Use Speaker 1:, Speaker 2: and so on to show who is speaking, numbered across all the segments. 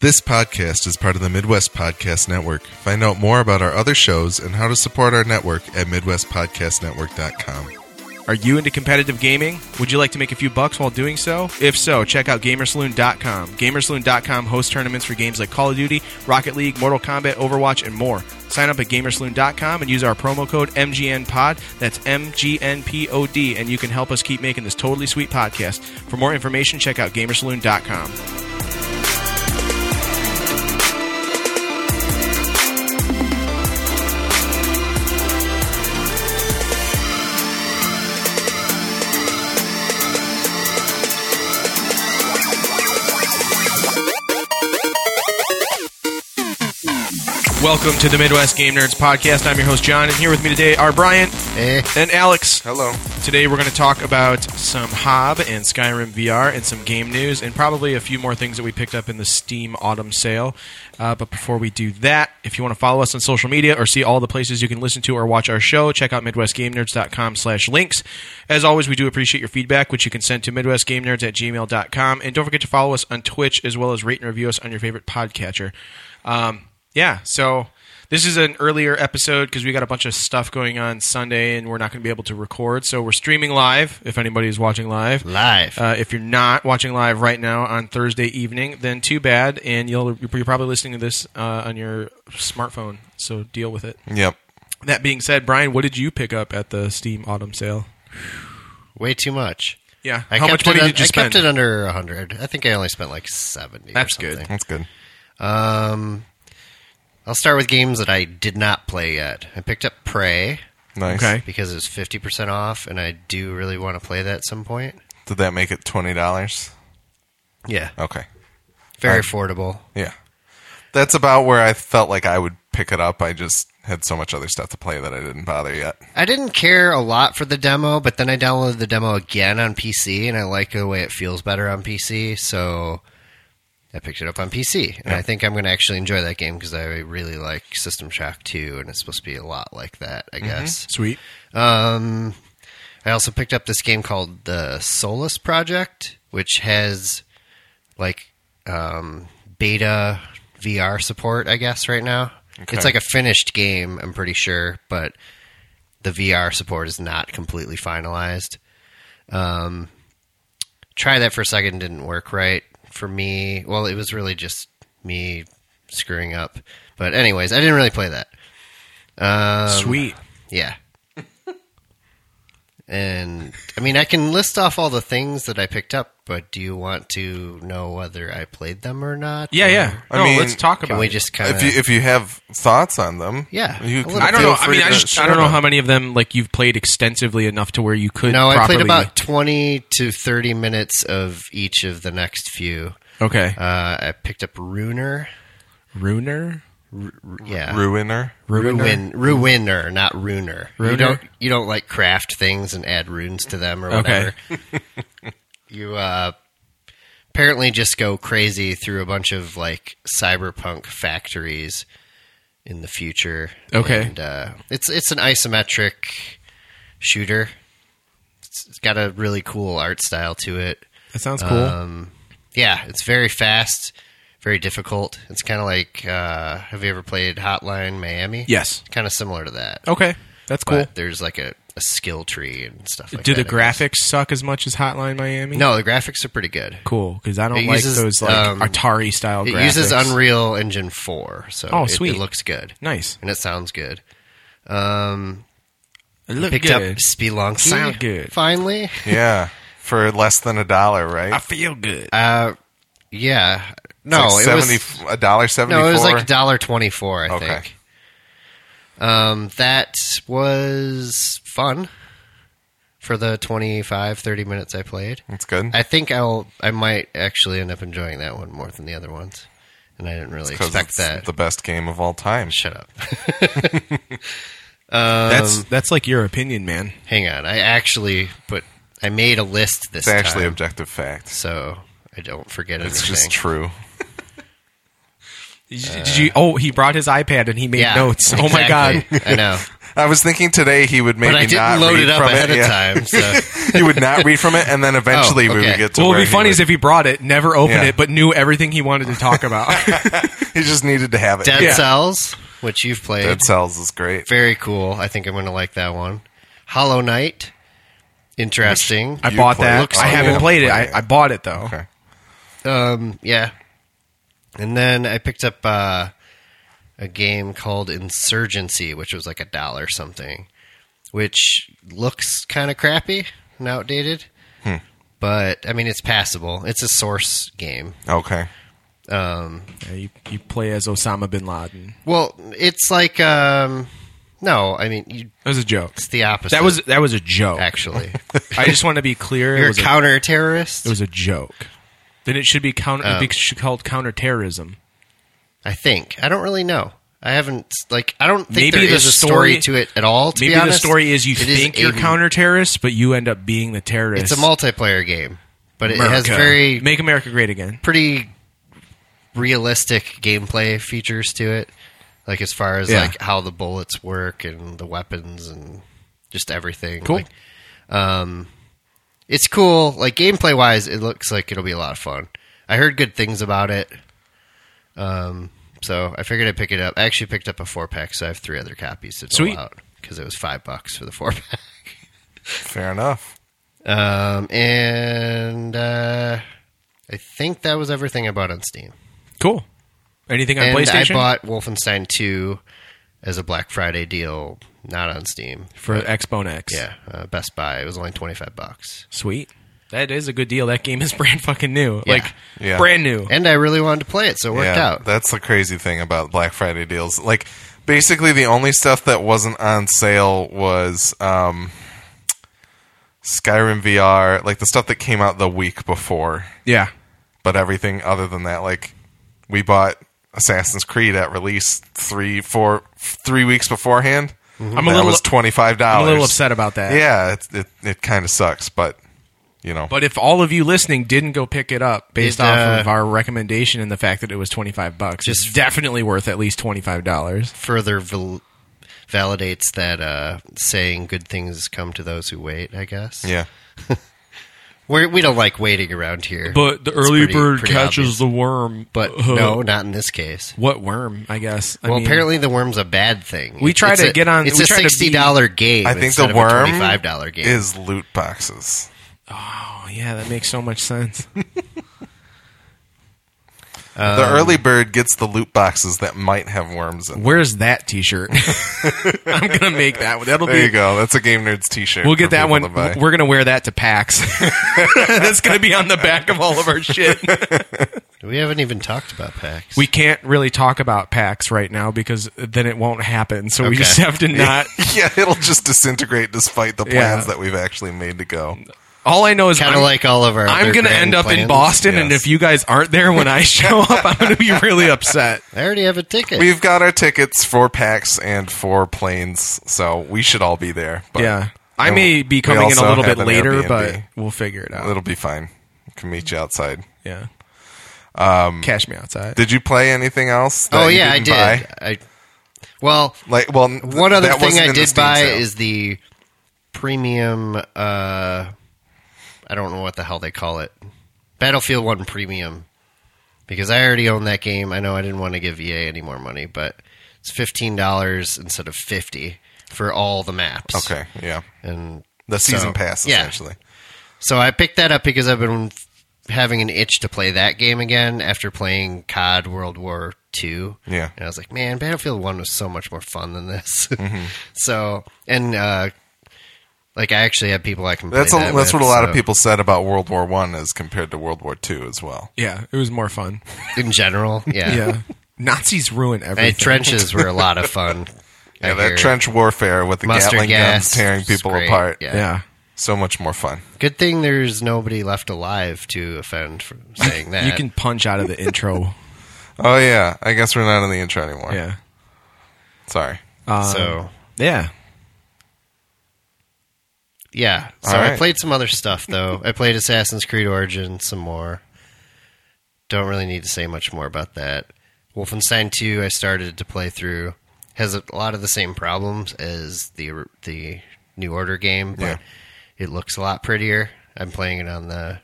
Speaker 1: This podcast is part of the Midwest Podcast Network. Find out more about our other shows and how to support our network at MidwestPodcastNetwork.com.
Speaker 2: Are you into competitive gaming? Would you like to make a few bucks while doing so? If so, check out Gamersaloon.com. Gamersaloon.com hosts tournaments for games like Call of Duty, Rocket League, Mortal Kombat, Overwatch, and more. Sign up at Gamersaloon.com and use our promo code MGNPOD. That's MGNPOD, and you can help us keep making this totally sweet podcast. For more information, check out Gamersaloon.com. Welcome to the Midwest Game Nerds Podcast. I'm your host, John, and here with me today are Brian and Alex.
Speaker 1: Hello.
Speaker 2: Today we're going to talk about some Hob and Skyrim VR and some game news and probably a few more things that we picked up in the Steam Autumn Sale. Uh, but before we do that, if you want to follow us on social media or see all the places you can listen to or watch our show, check out MidwestGameNerds.com slash links. As always, we do appreciate your feedback, which you can send to MidwestGameNerds at gmail.com. And don't forget to follow us on Twitch as well as rate and review us on your favorite podcatcher. Um, yeah, so this is an earlier episode because we got a bunch of stuff going on Sunday and we're not going to be able to record. So we're streaming live if anybody is watching live.
Speaker 3: Live.
Speaker 2: Uh, if you're not watching live right now on Thursday evening, then too bad. And you'll, you're probably listening to this uh, on your smartphone. So deal with it.
Speaker 1: Yep.
Speaker 2: That being said, Brian, what did you pick up at the Steam Autumn sale?
Speaker 3: Way too much.
Speaker 2: Yeah.
Speaker 3: I
Speaker 2: How much
Speaker 3: kept
Speaker 2: money
Speaker 3: it un-
Speaker 2: did you
Speaker 3: I
Speaker 2: spend?
Speaker 3: kept it under 100. I think I only spent like 70. or
Speaker 2: That's good.
Speaker 3: something.
Speaker 1: That's good.
Speaker 3: Um, I'll start with games that I did not play yet. I picked up Prey
Speaker 1: Nice.
Speaker 2: Okay.
Speaker 3: because it was 50% off, and I do really want to play that at some point.
Speaker 1: Did that make it $20?
Speaker 3: Yeah.
Speaker 1: Okay.
Speaker 3: Very
Speaker 2: Uh,
Speaker 3: affordable.
Speaker 1: Yeah. That's about where I felt like I would pick it up. I just had so much other stuff to play that I didn't bother yet.
Speaker 3: I didn't care a lot for the demo, but then I downloaded the demo again on PC, and I like the way it feels better on PC, so I picked it up on PC. And I think I'm going to actually enjoy that game because I really like System Shock 2, and it's supposed to be a lot like that, I guess.
Speaker 2: Sweet.
Speaker 3: Um, I also picked up this game called the Solus Project, which has like um, beta VR support, I guess, right now.
Speaker 1: Okay.
Speaker 3: It's like a finished game, I'm pretty sure, but the VR support is not completely finalized. Um, try that for a second, didn't work right for me. Well, it was really just me screwing up. But, anyways, I didn't really play that. Um,
Speaker 2: Sweet.
Speaker 3: yeah. and I mean, I can list off all the things that I picked up, but do you want to know whether I played them or not?
Speaker 2: Yeah,
Speaker 3: Or
Speaker 2: yeah.
Speaker 1: I
Speaker 2: no,
Speaker 1: mean,
Speaker 2: let's talk
Speaker 3: um, Can
Speaker 2: about
Speaker 3: we
Speaker 2: it.
Speaker 3: just kind
Speaker 1: if you
Speaker 3: of?
Speaker 1: if you have thoughts on them,
Speaker 3: Yeah,
Speaker 1: you
Speaker 3: a
Speaker 1: can
Speaker 3: little
Speaker 2: I don't
Speaker 1: feel
Speaker 2: know. I
Speaker 1: free
Speaker 2: mean, I,
Speaker 1: to
Speaker 2: just, I
Speaker 1: share
Speaker 2: don't know
Speaker 1: them.
Speaker 2: how many of them like you've played extensively enough to where you could.
Speaker 3: No, I played
Speaker 2: properly-
Speaker 3: about twenty to thirty minutes of each of the next few.
Speaker 2: Okay.
Speaker 3: Uh, I picked up Runer.
Speaker 2: Runer.
Speaker 3: Yeah,
Speaker 1: Ruiner.
Speaker 3: Ruin, Ruiner, not Runer.
Speaker 2: Ruiner?
Speaker 3: You don't you don't like craft things and add runes to them or
Speaker 2: Okay.
Speaker 3: whatever. you uh, apparently just go crazy through a bunch of like cyberpunk factories in the future.
Speaker 2: Okay.
Speaker 3: and, uh, it's it's an isometric shooter. It's- it's got a really cool art style to it.
Speaker 2: That sounds cool.
Speaker 3: Um, yeah, it's very fast, very difficult. It's kind of like uh, have you ever played Hotline Miami?
Speaker 2: yes.
Speaker 3: kind of similar to that.
Speaker 2: Okay. That's cool.
Speaker 3: But there's like a, a skill tree and stuff. like
Speaker 2: Do
Speaker 3: that,
Speaker 2: the
Speaker 3: I guess.
Speaker 2: graphics suck as much as Hotline Miami?
Speaker 3: No, the graphics are pretty good.
Speaker 2: Cool, because I don't
Speaker 3: It
Speaker 2: like
Speaker 3: uses,
Speaker 2: those like
Speaker 3: um,
Speaker 2: Atari style.
Speaker 3: It
Speaker 2: graphics.
Speaker 3: uses Unreal Engine four, so
Speaker 2: Oh,
Speaker 3: it-
Speaker 2: sweet.
Speaker 3: it looks good
Speaker 2: Nice.
Speaker 3: and it sounds good. Um,
Speaker 2: It looked
Speaker 3: picked
Speaker 2: good.
Speaker 3: up Spelunky
Speaker 2: Sound good.
Speaker 3: finally.
Speaker 1: Yeah, for less than a dollar, right?
Speaker 2: I feel good.
Speaker 3: Uh, yeah, no,
Speaker 1: It's like
Speaker 3: it was
Speaker 1: seventy a dollar seventy four.
Speaker 3: No, it was like dollar twenty four. I
Speaker 1: Okay.
Speaker 3: think. Um, that was fun for the 25, 30 minutes I played.
Speaker 1: That's good.
Speaker 3: I think I'll I might actually end up enjoying that one more than the other ones, and I didn't really
Speaker 1: 'Cause
Speaker 3: expect
Speaker 1: it's
Speaker 3: that.
Speaker 1: the best game of all time.
Speaker 3: Shut up. Um,
Speaker 2: that's that's like your opinion, man.
Speaker 3: Hang on. I actually put I made a list this
Speaker 1: It's actually
Speaker 3: time,
Speaker 1: objective fact.
Speaker 3: so I don't forget anything.
Speaker 1: It's just true.
Speaker 2: Did you, did you- Oh, he brought his iPad and he made
Speaker 3: Uh, yeah,
Speaker 2: notes. Oh my god.
Speaker 3: exactly. I know.
Speaker 1: I was thinking today he would maybe
Speaker 3: but I didn't
Speaker 1: not
Speaker 3: load
Speaker 1: read
Speaker 3: it up
Speaker 1: from
Speaker 3: ahead
Speaker 1: it.
Speaker 3: of
Speaker 1: yeah.
Speaker 3: time. So
Speaker 1: he would not read from it, and then eventually we
Speaker 3: okay.
Speaker 1: would get to.
Speaker 2: What would
Speaker 1: where
Speaker 2: be funny
Speaker 1: he
Speaker 2: is if he brought it, never opened
Speaker 1: Yeah.
Speaker 2: it, but knew everything he wanted to talk about.
Speaker 1: if he just needed to have it.
Speaker 3: Dead
Speaker 2: Yeah.
Speaker 3: Cells, which you've played,
Speaker 1: Dead Cells is great.
Speaker 3: very cool. I think I'm going to like that one. Hollow Knight, interesting.
Speaker 2: I
Speaker 1: You
Speaker 2: bought
Speaker 1: played
Speaker 2: that.
Speaker 1: it?
Speaker 2: I
Speaker 1: Oh,
Speaker 2: haven't
Speaker 1: yeah.
Speaker 2: played it.
Speaker 1: Played it.
Speaker 2: I, I bought it though.
Speaker 1: Okay.
Speaker 3: Um, yeah. And then I picked up uh, a game called Insurgency, which was like a dollar something, which looks kind of crappy and outdated.
Speaker 2: Hmm.
Speaker 3: But I mean, it's passable. It's a source game.
Speaker 1: Okay.
Speaker 3: Um,
Speaker 2: Yeah, you, you play as Osama bin Laden.
Speaker 3: well, it's like um, no, I mean you,
Speaker 2: That was a joke.
Speaker 3: it's the opposite.
Speaker 2: That was that was a joke.
Speaker 3: actually
Speaker 2: I just want to be clear. it,
Speaker 3: you're a
Speaker 2: was a,
Speaker 3: counter terrorist.
Speaker 2: it was a joke. Then it should be counter.
Speaker 3: Oh.
Speaker 2: it be- should be called counterterrorism.
Speaker 3: I think I don't really know. I haven't like I don't think
Speaker 2: Maybe
Speaker 3: there
Speaker 2: the
Speaker 3: is a
Speaker 2: story-
Speaker 3: story to it at all. To
Speaker 2: Maybe
Speaker 3: be honest,
Speaker 2: the story is you
Speaker 3: It
Speaker 2: think you're
Speaker 3: a-
Speaker 2: counter-terrorist, but you end up being the terrorist.
Speaker 3: It's a multiplayer game, but it has
Speaker 2: America.
Speaker 3: very
Speaker 2: make America great again.
Speaker 3: pretty realistic gameplay features to it. Like as far as
Speaker 2: Yeah.
Speaker 3: like how the bullets work and the weapons and just everything.
Speaker 2: Cool.
Speaker 3: Like, um, it's cool. Like gameplay wise, it looks like it'll be a lot of fun. I heard good things about it. Um, so I figured I'd pick it up. I actually picked up a four pack, so I have three other copies to
Speaker 2: Sweet.
Speaker 3: dole out because it was five bucks for the four pack.
Speaker 1: Fair enough.
Speaker 3: Um, and uh, I think that was everything I bought on Steam.
Speaker 2: Cool. Anything on
Speaker 3: and I
Speaker 2: PlayStation
Speaker 3: bought Wolfenstein 2 as a Black Friday deal, not on Steam.
Speaker 2: for Xbone X?
Speaker 3: Yeah, uh, Best Buy. It was only 25 bucks.
Speaker 2: Sweet. That is a good deal. That game is brand fucking new.
Speaker 3: Yeah.
Speaker 2: Like
Speaker 1: Yeah.
Speaker 2: brand new.
Speaker 3: And I really wanted to play it, so it worked
Speaker 1: yeah,
Speaker 3: out.
Speaker 1: that's the crazy thing about Black Friday deals. Like, basically, the only stuff that wasn't on sale was um, Skyrim VR, like the stuff that came out the week before.
Speaker 2: Yeah.
Speaker 1: But everything other than that, like, we bought Assassin's Creed at release three, four, three weeks beforehand.
Speaker 2: Mm-hmm. I'm a
Speaker 1: that
Speaker 2: little-
Speaker 1: was twenty five
Speaker 2: I'm
Speaker 1: dollars.
Speaker 2: a little upset about that.
Speaker 1: Yeah, it it, it kind of sucks, but you know,
Speaker 2: But if all of you listening didn't go pick it up based
Speaker 3: It,
Speaker 2: off of
Speaker 3: uh,
Speaker 2: our recommendation and the fact that it was 25 bucks, it's definitely worth at least $25.
Speaker 3: Further val- validates that uh, saying good things come to those who wait, I guess.
Speaker 1: yeah.
Speaker 3: We're, we don't like waiting around here.
Speaker 2: But the
Speaker 3: It's
Speaker 2: early
Speaker 3: pretty-
Speaker 2: bird
Speaker 3: pretty
Speaker 2: catches
Speaker 3: obvious.
Speaker 2: the worm. uh,
Speaker 3: But no, not in this case.
Speaker 2: What worm, I guess. I
Speaker 3: Well,
Speaker 2: mean,
Speaker 3: apparently the worm's a bad thing.
Speaker 2: We try
Speaker 3: It's
Speaker 2: to
Speaker 3: a-
Speaker 2: get on-
Speaker 3: It's
Speaker 2: we
Speaker 3: a
Speaker 2: try to be-
Speaker 3: sixty dollar game.
Speaker 1: I think
Speaker 3: instead
Speaker 1: the
Speaker 3: of a
Speaker 1: worm
Speaker 3: twenty-five dollar game.
Speaker 1: is loot boxes.
Speaker 2: Oh, yeah, that makes so much sense.
Speaker 1: The
Speaker 2: Um,
Speaker 1: early bird gets the loot boxes that might have worms in. them.
Speaker 2: Where's that t shirt? I'm going to make that one. That'll
Speaker 1: There you
Speaker 2: be.
Speaker 1: go. That's a Game Nerds T-shirt.
Speaker 2: We'll
Speaker 1: for
Speaker 2: get that
Speaker 1: people
Speaker 2: one.
Speaker 1: to buy.
Speaker 2: We're going to wear that to PAX. That's going to be on the back of all of our shit.
Speaker 3: We haven't even talked about PAX.
Speaker 2: We can't really talk about PAX right now because then it won't happen. So we
Speaker 3: Okay.
Speaker 2: just have to not.
Speaker 1: yeah, it'll just disintegrate despite the plans
Speaker 2: Yeah.
Speaker 1: that we've actually made to go.
Speaker 2: All I know is
Speaker 3: kind of
Speaker 2: I'm-
Speaker 3: like all of our.
Speaker 2: I'm
Speaker 3: other
Speaker 2: going to
Speaker 3: grand
Speaker 2: end up in
Speaker 3: plans.
Speaker 2: Boston, and
Speaker 1: Yes.
Speaker 2: if you guys aren't there when I show up, I'm going to be really upset.
Speaker 3: I already have a ticket.
Speaker 1: We've got our tickets for packs and for planes, so we should all be there. But
Speaker 2: yeah. I
Speaker 1: And
Speaker 2: may be
Speaker 1: we
Speaker 2: coming in a
Speaker 1: also
Speaker 2: little
Speaker 1: have
Speaker 2: bit
Speaker 1: an
Speaker 2: later,
Speaker 1: Airbnb.
Speaker 2: but we'll figure it out.
Speaker 1: it'll be fine. We can meet you outside.
Speaker 2: Yeah.
Speaker 3: Um,
Speaker 2: Cash me outside.
Speaker 1: Did you play anything else? that
Speaker 3: oh
Speaker 1: uh, you
Speaker 3: yeah, I
Speaker 1: didn't
Speaker 3: did.
Speaker 1: buy?
Speaker 3: I well,
Speaker 1: Like, well, th-
Speaker 3: one other
Speaker 1: that
Speaker 3: thing
Speaker 1: wasn't
Speaker 3: I
Speaker 1: in the
Speaker 3: did
Speaker 1: Steam
Speaker 3: buy
Speaker 1: sale.
Speaker 3: is the premium. uh I don't know what the hell they call it. Battlefield One Premium, because I already own that game. I know I didn't want to give EA any more money, but it's fifteen dollars instead of fifty for all the maps.
Speaker 1: okay. Yeah,
Speaker 3: and
Speaker 1: the season
Speaker 3: so-
Speaker 1: pass
Speaker 3: yeah.
Speaker 1: essentially.
Speaker 3: So I picked that up because I've been f- having an itch to play that game again after playing COD World War II.
Speaker 1: Yeah.
Speaker 3: And I was like, man, Battlefield 1 was so much more fun than this.
Speaker 1: Mm-hmm.
Speaker 3: so, and, uh, like, I actually have people I can play
Speaker 1: That's a,
Speaker 3: that
Speaker 1: that's what
Speaker 3: with,
Speaker 1: a lot of
Speaker 3: so-
Speaker 1: people said about World War One as compared to World War Two as well.
Speaker 2: yeah, it was more fun.
Speaker 3: In general, yeah.
Speaker 2: Yeah. Nazis ruin everything.
Speaker 3: And trenches were a lot of fun. I
Speaker 1: Yeah, that
Speaker 3: hear.
Speaker 1: trench warfare with the
Speaker 3: Mustard
Speaker 1: Gatling
Speaker 3: gas,
Speaker 1: guns tearing
Speaker 3: it's
Speaker 1: people
Speaker 3: great,
Speaker 1: apart.
Speaker 3: yeah.
Speaker 2: yeah.
Speaker 1: So much more fun.
Speaker 3: Good thing there's nobody left alive to offend for saying that.
Speaker 2: You can punch out of the intro.
Speaker 1: Oh yeah, I guess we're not in the intro anymore.
Speaker 2: yeah. Um,
Speaker 1: Sorry. um,
Speaker 3: so
Speaker 2: Yeah.
Speaker 3: Yeah. So
Speaker 1: All
Speaker 3: I
Speaker 1: right.
Speaker 3: played some other stuff though. I played Assassin's Creed Origins some more. Don't really need to say much more about that. Wolfenstein 2 I started to play through. has a lot of the same problems as the the New Order game, but
Speaker 1: Yeah.
Speaker 3: it looks a lot prettier. I'm playing it on the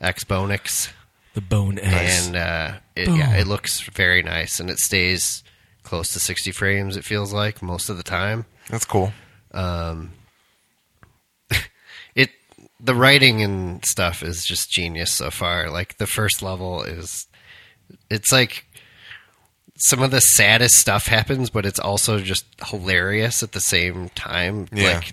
Speaker 3: Xbonex,
Speaker 2: The Bone S.
Speaker 3: and uh, it, yeah, it looks very nice, and it stays close to 60 frames. It feels like most of the time.
Speaker 1: That's cool.
Speaker 3: it the writing and stuff is just genius so far. Like the first level is it's like some of the saddest stuff happens, but it's also just hilarious at the same time.
Speaker 1: Yeah.
Speaker 3: Like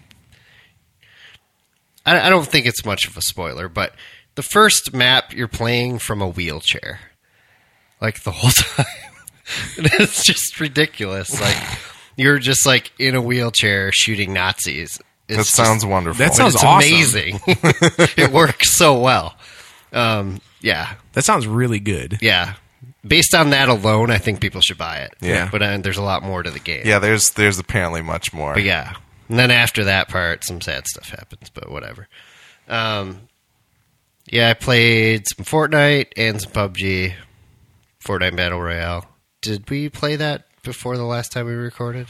Speaker 3: I, I don't think it's much of a spoiler, but the first map you're playing from a wheelchair. Like the whole time. And it's just ridiculous. Like you're just like in a wheelchair shooting Nazis. It's
Speaker 1: That
Speaker 3: just-
Speaker 1: sounds wonderful.
Speaker 2: That
Speaker 3: but
Speaker 2: sounds
Speaker 3: it's
Speaker 2: awesome.
Speaker 3: amazing. it works so well. Um, yeah,
Speaker 2: that sounds really good.
Speaker 3: yeah. Based on that alone, I think people should buy it.
Speaker 1: Yeah.
Speaker 3: but uh, there's a lot more to the game.
Speaker 1: yeah, there's there's apparently much more.
Speaker 3: but yeah. And then after that part, some sad stuff happens, but whatever. Um, yeah, I played some Fortnite and some PUBG, Fortnite Battle Royale. Did we play that before the last time we recorded?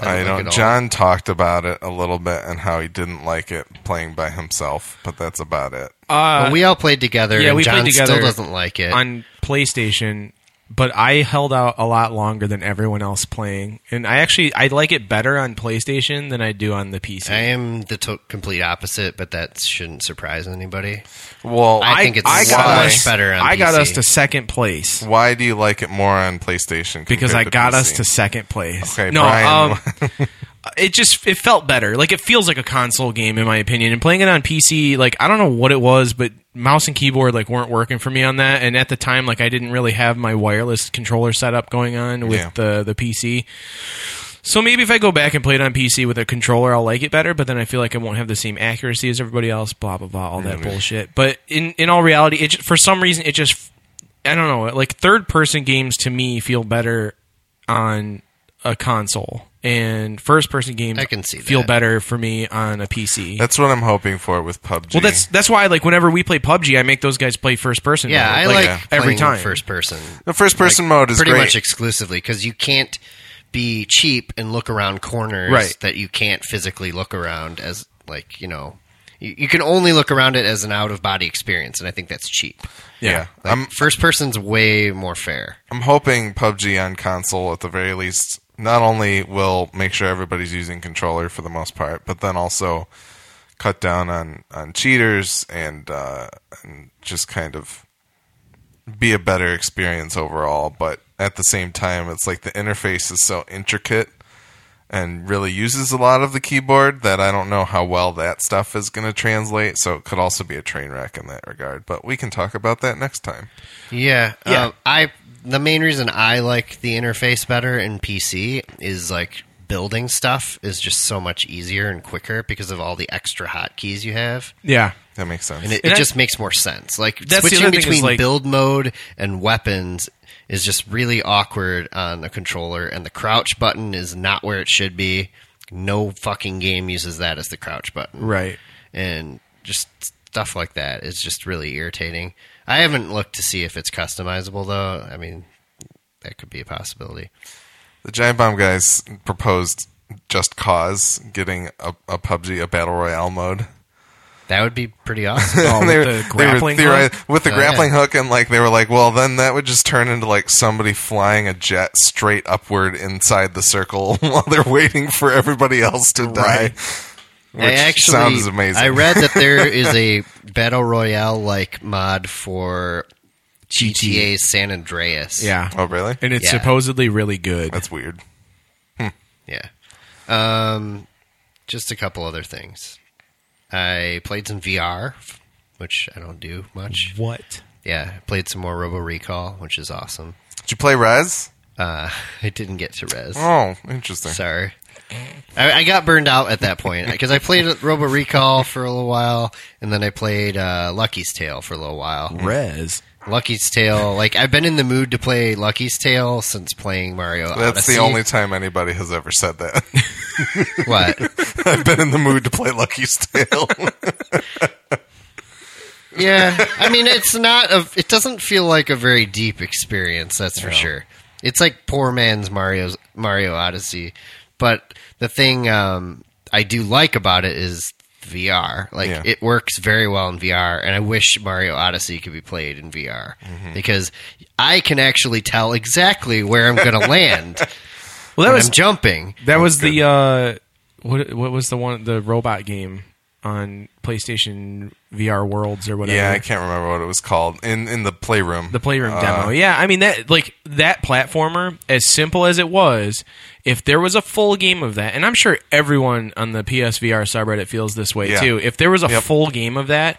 Speaker 1: I
Speaker 3: didn't look
Speaker 1: don't.
Speaker 3: at all.
Speaker 1: John talked about it a little bit and how he didn't like it playing by himself, but that's about it.
Speaker 3: Well, we all played together.
Speaker 2: yeah,
Speaker 3: and
Speaker 2: we played
Speaker 3: John
Speaker 2: together
Speaker 3: Still doesn't like it.
Speaker 2: on PlayStation, but I held out a lot longer than everyone else playing. And I actually I like it better on PlayStation than I do on the PC.
Speaker 3: I am the to- complete opposite, but that shouldn't surprise anybody.
Speaker 1: Well,
Speaker 3: I think it's
Speaker 1: I
Speaker 3: so
Speaker 1: got
Speaker 3: much
Speaker 1: us-
Speaker 3: better on
Speaker 2: I got
Speaker 3: PC.
Speaker 2: us to second place
Speaker 1: why do you like it more on PlayStation?
Speaker 2: because I
Speaker 1: compared
Speaker 2: got us
Speaker 1: PC?
Speaker 2: to second place.
Speaker 1: Okay,
Speaker 2: no,
Speaker 1: Brian.
Speaker 2: um, it just it felt better. Like it feels like a console game in my opinion. And playing it on PC, like I don't know what it was, but mouse and keyboard like weren't working for me on that. And at the time, like I didn't really have my wireless controller setup going on with
Speaker 1: Yeah.
Speaker 2: the the PC. So maybe if I go back and play it on PC with a controller, I'll like it better. But then I feel like I won't have the same accuracy as everybody else. Blah blah blah, all that bullshit. But in in all reality, it ju- for some reason it just I don't know. Like third person games to me feel better on a console, and first person games
Speaker 3: I can see
Speaker 2: feel
Speaker 3: that.
Speaker 2: better for me on a PC.
Speaker 1: That's what I'm hoping for with PUBG.
Speaker 2: well, that's that's why like whenever we play PUBG, I make those guys play first person.
Speaker 3: Yeah,
Speaker 2: mode,
Speaker 3: I like
Speaker 2: every
Speaker 3: playing
Speaker 2: time.
Speaker 3: first person.
Speaker 1: the first person mode is
Speaker 3: pretty
Speaker 1: great.
Speaker 3: much exclusively because you can't be cheap and look around corners
Speaker 2: Right.
Speaker 3: that you can't physically look around as like you know you, you can only look around it as an out of body experience, and I think that's cheap.
Speaker 1: yeah.
Speaker 3: Like,
Speaker 1: I'm
Speaker 3: first person's way more fair.
Speaker 1: I'm hoping PUBG on console at the very least not only will make sure everybody's using controller for the most part, but then also cut down on on cheaters and uh, and just kind of be a better experience overall. But at the same time, it's like the interface is so intricate and really uses a lot of the keyboard that I don't know how well that stuff is going to translate. So it could also be a train wreck in that regard. But we can talk about that next time.
Speaker 3: Yeah,
Speaker 2: Yeah.
Speaker 3: uh, I the main reason I like the interface better in PC is like building stuff is just so much easier and quicker because of all the extra hotkeys you have.
Speaker 2: Yeah,
Speaker 1: That makes sense.
Speaker 3: and it,
Speaker 2: And
Speaker 3: it
Speaker 2: I-
Speaker 3: just makes more sense. Like
Speaker 2: That's the
Speaker 3: switching
Speaker 2: other thing is,
Speaker 3: between
Speaker 2: like-
Speaker 3: build mode and weapons is just really awkward on a controller, and the crouch button is not where it should be. No fucking game uses that as the crouch button,
Speaker 2: right.
Speaker 3: and just stuff like that is just really irritating. I haven't looked to see if it's customizable though. I mean, that could be a possibility.
Speaker 1: The Giant Bomb guys proposed Just Cause getting a, a PUBG, a Battle Royale mode.
Speaker 3: That would be pretty awesome.
Speaker 2: Oh, with
Speaker 1: They were-
Speaker 2: the
Speaker 1: they were
Speaker 2: grappling
Speaker 1: theori-
Speaker 2: hook?
Speaker 1: with the
Speaker 3: Oh,
Speaker 1: grappling hook, and like they were like, well, then that would just turn into like somebody flying a jet straight upward inside the circle while they're waiting for everybody else to die. Which
Speaker 3: I actually,
Speaker 1: sounds amazing.
Speaker 3: I read that there is a battle royale like mod for GTA San Andreas.
Speaker 2: Yeah.
Speaker 1: Oh, really?
Speaker 2: And it's
Speaker 3: Yeah.
Speaker 2: supposedly really good.
Speaker 1: That's weird.
Speaker 3: yeah. Um, just a couple other things. I played some VR, which I don't do much.
Speaker 2: What?
Speaker 3: Yeah, I played some more Robo Recall, which is awesome.
Speaker 1: Did you play Res?
Speaker 3: Uh, I didn't get to Res.
Speaker 1: Oh, interesting.
Speaker 3: Sorry. I, I got burned out at that point because I played Robo Recall for a little while, and then I played uh, Lucky's Tale for a little while.
Speaker 2: Rez.
Speaker 3: Lucky's Tale. Like I've been in the mood to play Lucky's Tale since playing Mario.
Speaker 1: That's
Speaker 3: Odyssey.
Speaker 1: the only time anybody has ever said that.
Speaker 3: what.
Speaker 1: I've been in the mood to play Lucky's Tale.
Speaker 3: Yeah, I mean it's not a. It doesn't feel like a very deep experience. That's for sure. It's like poor man's Mario's Mario Odyssey. But the thing um, I do like about it is VR. Like
Speaker 1: Yeah.
Speaker 3: it works very well in VR, and I wish Mario Odyssey could be played in VR because I can actually tell exactly where I'm going to land
Speaker 2: Well, that
Speaker 3: when
Speaker 2: was
Speaker 3: I'm jumping.
Speaker 2: that was the uh, what what was the one the robot game on PlayStation VR Worlds or whatever.
Speaker 1: Yeah, I can't remember what it was called in in the playroom.
Speaker 2: the playroom
Speaker 1: Uh,
Speaker 2: demo. Yeah, I mean that like that platformer, as simple as it was, if there was a full game of that, and I'm sure everyone on the PSVR subreddit feels this way
Speaker 1: Yeah.
Speaker 2: too. If there was a
Speaker 1: Yep.
Speaker 2: full game of that,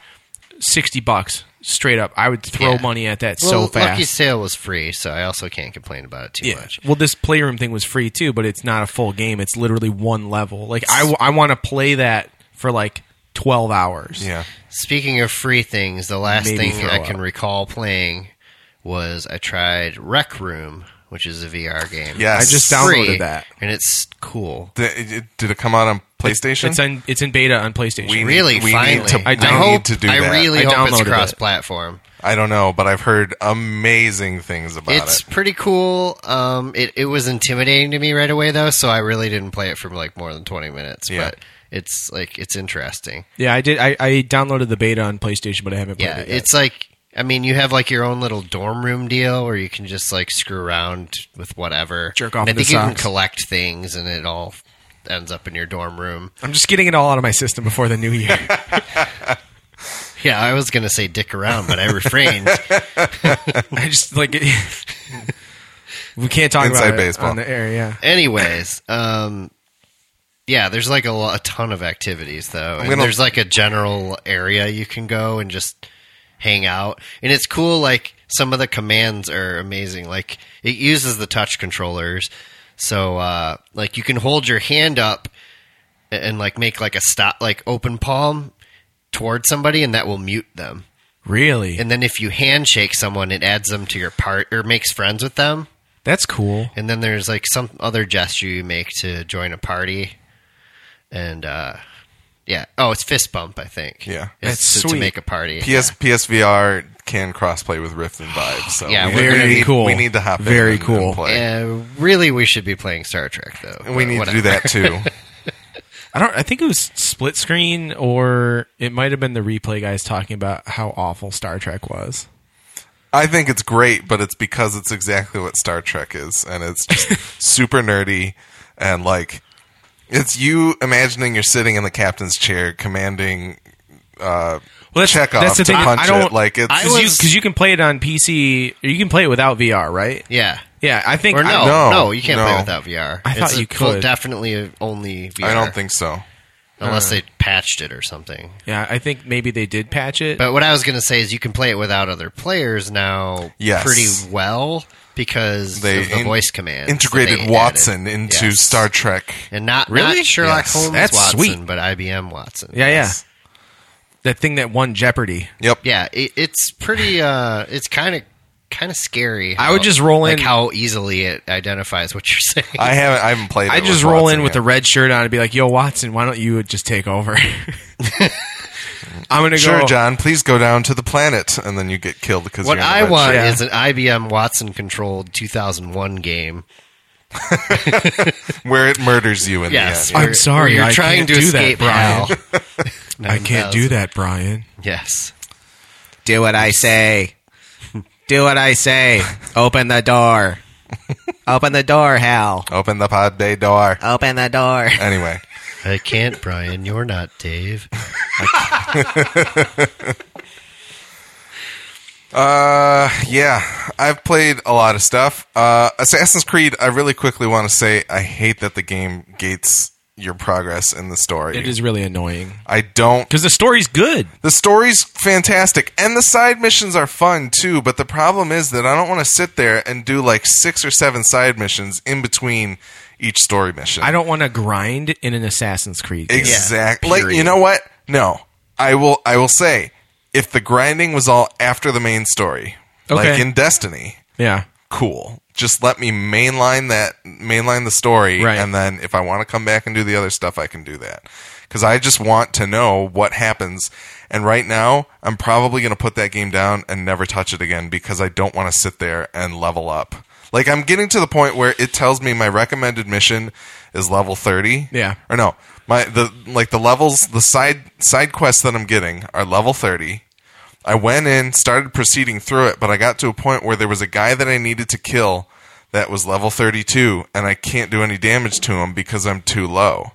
Speaker 2: sixty bucks straight up, I would throw
Speaker 3: Yeah.
Speaker 2: money at that
Speaker 3: well,
Speaker 2: so fast.
Speaker 3: Lucky Sale was free, so I also can't complain about it too
Speaker 2: yeah.
Speaker 3: much.
Speaker 2: Well, this playroom thing was free too, but it's not a full game. It's literally one level. Like I, w- I want to play that for like twelve hours.
Speaker 1: Yeah,
Speaker 3: Speaking of free things, the last
Speaker 2: Maybe
Speaker 3: thing
Speaker 2: throw
Speaker 3: I can
Speaker 2: up.
Speaker 3: recall playing was I tried Rec Room, which is a VR game.
Speaker 1: Yes.
Speaker 2: I just
Speaker 3: It's
Speaker 2: downloaded
Speaker 3: free,
Speaker 2: that.
Speaker 3: and it's cool.
Speaker 1: Did it, did it come out on PlayStation?
Speaker 2: It's on. It's in beta on PlayStation.
Speaker 1: We-
Speaker 3: Really,
Speaker 1: need
Speaker 3: finally,
Speaker 1: to-
Speaker 2: I
Speaker 3: I,
Speaker 2: down-
Speaker 1: need
Speaker 3: hope,
Speaker 1: to do
Speaker 3: I
Speaker 1: that.
Speaker 3: really
Speaker 2: I
Speaker 3: hope
Speaker 2: downloaded
Speaker 3: it's
Speaker 2: it.
Speaker 3: cross-platform.
Speaker 1: I don't know, but I've heard amazing things about
Speaker 3: It's
Speaker 1: it.
Speaker 3: pretty cool. Um, it it was intimidating to me right away though, so I really didn't play it for like more than twenty minutes.
Speaker 1: Yeah.
Speaker 3: But it's like it's interesting.
Speaker 2: yeah, I did. I, I downloaded the beta on PlayStation, but I haven't played
Speaker 3: Yeah,
Speaker 2: it yet.
Speaker 3: it's like I mean, you have like your own little dorm room deal where you can just like screw around with whatever.
Speaker 2: Jerk off
Speaker 3: And I
Speaker 2: with the
Speaker 3: think you can
Speaker 2: socks.
Speaker 3: collect things, and it all ends up in your dorm room.
Speaker 2: I'm just getting it all out of my system before the new year.
Speaker 3: Yeah, I was gonna say dick around, but I refrained.
Speaker 2: I just like we can't talk
Speaker 1: Inside
Speaker 2: about
Speaker 1: baseball.
Speaker 2: it on the air. Yeah,
Speaker 3: Anyways, um, yeah, there's like a, lo- a ton of activities though, and
Speaker 1: gonna-
Speaker 3: there's like a general area you can go and just hang out, and it's cool. Like some of the commands are amazing. Like it uses the touch controllers, so uh, like you can hold your hand up a- and like make like a stop, like open palm towards somebody, and that will mute them.
Speaker 2: really,
Speaker 3: And then if you handshake someone, it adds them to your part or makes friends with them.
Speaker 2: that's cool.
Speaker 3: And then there's like some other gesture you make to join a party. And uh yeah. Oh, it's fist bump, I think.
Speaker 1: Yeah.
Speaker 3: It's
Speaker 2: That's
Speaker 3: to, to
Speaker 2: sweet.
Speaker 3: make a party.
Speaker 1: PS PSVR can crossplay with Rift and Vive, so
Speaker 3: Yeah,
Speaker 1: we
Speaker 3: very
Speaker 1: we need,
Speaker 2: cool.
Speaker 1: We need to hop in
Speaker 2: Very
Speaker 1: and-
Speaker 2: cool.
Speaker 1: And play.
Speaker 3: Uh, really we should be playing Star Trek though.
Speaker 1: And we
Speaker 3: but
Speaker 1: need to
Speaker 3: whatever.
Speaker 1: do that too.
Speaker 2: I don't. I think it was split screen, or it might have been the replay guys talking about how awful Star Trek was.
Speaker 1: I think it's great, but it's because it's exactly what Star Trek is, and it's just super nerdy and like it's you imagining you're sitting in the captain's chair commanding uh
Speaker 2: Well, that's-
Speaker 1: Chekhov
Speaker 2: that's the
Speaker 1: to
Speaker 2: thing.
Speaker 1: punch
Speaker 2: I don't-
Speaker 1: it. Like it's
Speaker 3: I
Speaker 2: Because you,
Speaker 3: was-
Speaker 2: 'cause you can play it on PC. You can play it without VR, right?
Speaker 3: Yeah.
Speaker 2: Yeah, I think.
Speaker 3: Or no,
Speaker 1: no,
Speaker 3: no, you can't
Speaker 1: no.
Speaker 3: play without VR.
Speaker 2: I thought
Speaker 3: it's a
Speaker 2: you
Speaker 3: full-
Speaker 2: could.
Speaker 3: definitely a- only VR.
Speaker 1: I don't think uh, so.
Speaker 3: unless they patched it or something.
Speaker 2: yeah, I think maybe they did patch it.
Speaker 3: But what I was going to say is you can play it without other players now
Speaker 1: Yes.
Speaker 3: pretty well because
Speaker 1: They
Speaker 3: of the
Speaker 1: in-
Speaker 3: voice commands. that
Speaker 1: Integrated
Speaker 3: they
Speaker 1: Watson
Speaker 3: added.
Speaker 1: into
Speaker 3: Yes.
Speaker 1: Star Trek.
Speaker 3: And not,
Speaker 2: Really?
Speaker 3: not Sherlock
Speaker 1: Yes.
Speaker 3: Holmes
Speaker 2: That's
Speaker 3: Watson,
Speaker 2: sweet.
Speaker 3: but IBM Watson.
Speaker 2: yeah, yeah. That thing that won Jeopardy.
Speaker 1: Yep.
Speaker 3: Yeah, it, it's pretty uh it's kind of kind of scary.
Speaker 2: I would just roll
Speaker 3: like
Speaker 2: in-
Speaker 3: how easily it identifies what you're saying.
Speaker 1: I haven't. I haven't played.
Speaker 2: I
Speaker 1: it
Speaker 2: just
Speaker 1: with
Speaker 2: roll
Speaker 1: Watson
Speaker 2: in with
Speaker 1: yet.
Speaker 2: a red shirt on and be like, "Yo, Watson, why don't you just take over?" I'm gonna
Speaker 1: Sure,
Speaker 2: go.
Speaker 1: John. Please go down to the planet, and then you get killed because
Speaker 3: what
Speaker 1: you're in a
Speaker 3: I
Speaker 1: red
Speaker 3: want
Speaker 1: shirt.
Speaker 2: Yeah.
Speaker 3: is an IBM Watson controlled 2001 game.
Speaker 1: where it murders you in
Speaker 3: Yes.
Speaker 1: the end.
Speaker 2: I'm
Speaker 3: where-
Speaker 2: sorry,
Speaker 3: where you're
Speaker 2: I
Speaker 3: trying
Speaker 2: can't
Speaker 3: to
Speaker 2: do that,
Speaker 3: escape
Speaker 2: Brian.
Speaker 3: hell.
Speaker 2: I can't do that, Brian.
Speaker 3: Yes.
Speaker 4: Do what I say. Do what I say. Open the door. Open the door, Hal.
Speaker 1: Open the pod bay door.
Speaker 4: Open the door.
Speaker 1: Anyway,
Speaker 3: I can't, Brian. You're not Dave.
Speaker 1: uh, yeah, I've played a lot of stuff. Uh, Assassin's Creed. I really quickly want to say I hate that the game gates your progress in the story.
Speaker 2: It is really annoying
Speaker 1: I don't
Speaker 2: because the story's good.
Speaker 1: The story's fantastic, and the side missions are fun too. But the problem is that I don't want to sit there and do like six or seven side missions in between each story mission.
Speaker 2: I don't want to grind in an Assassin's Creed. game.
Speaker 1: exactly.
Speaker 3: Yeah,
Speaker 1: like you know what? No, I will. I will say if the grinding was all after the main story, like
Speaker 2: Okay.
Speaker 1: in Destiny,
Speaker 2: Yeah.
Speaker 1: cool. Just let me mainline that mainline the story,
Speaker 2: Right.
Speaker 1: and then if I want to come back and do the other stuff, I can do that. Because I just want to know what happens. And right now, I'm probably going to put that game down and never touch it again because I don't want to sit there and level up. Like I'm getting to the point where it tells me my recommended mission is level 30.
Speaker 2: Yeah.
Speaker 1: Or no, my the like the levels the side side quests that I'm getting are level 30. I went in, started proceeding through it, but I got to a point where there was a guy that I needed to kill that was level 32 and I can't do any damage to him because I'm too low.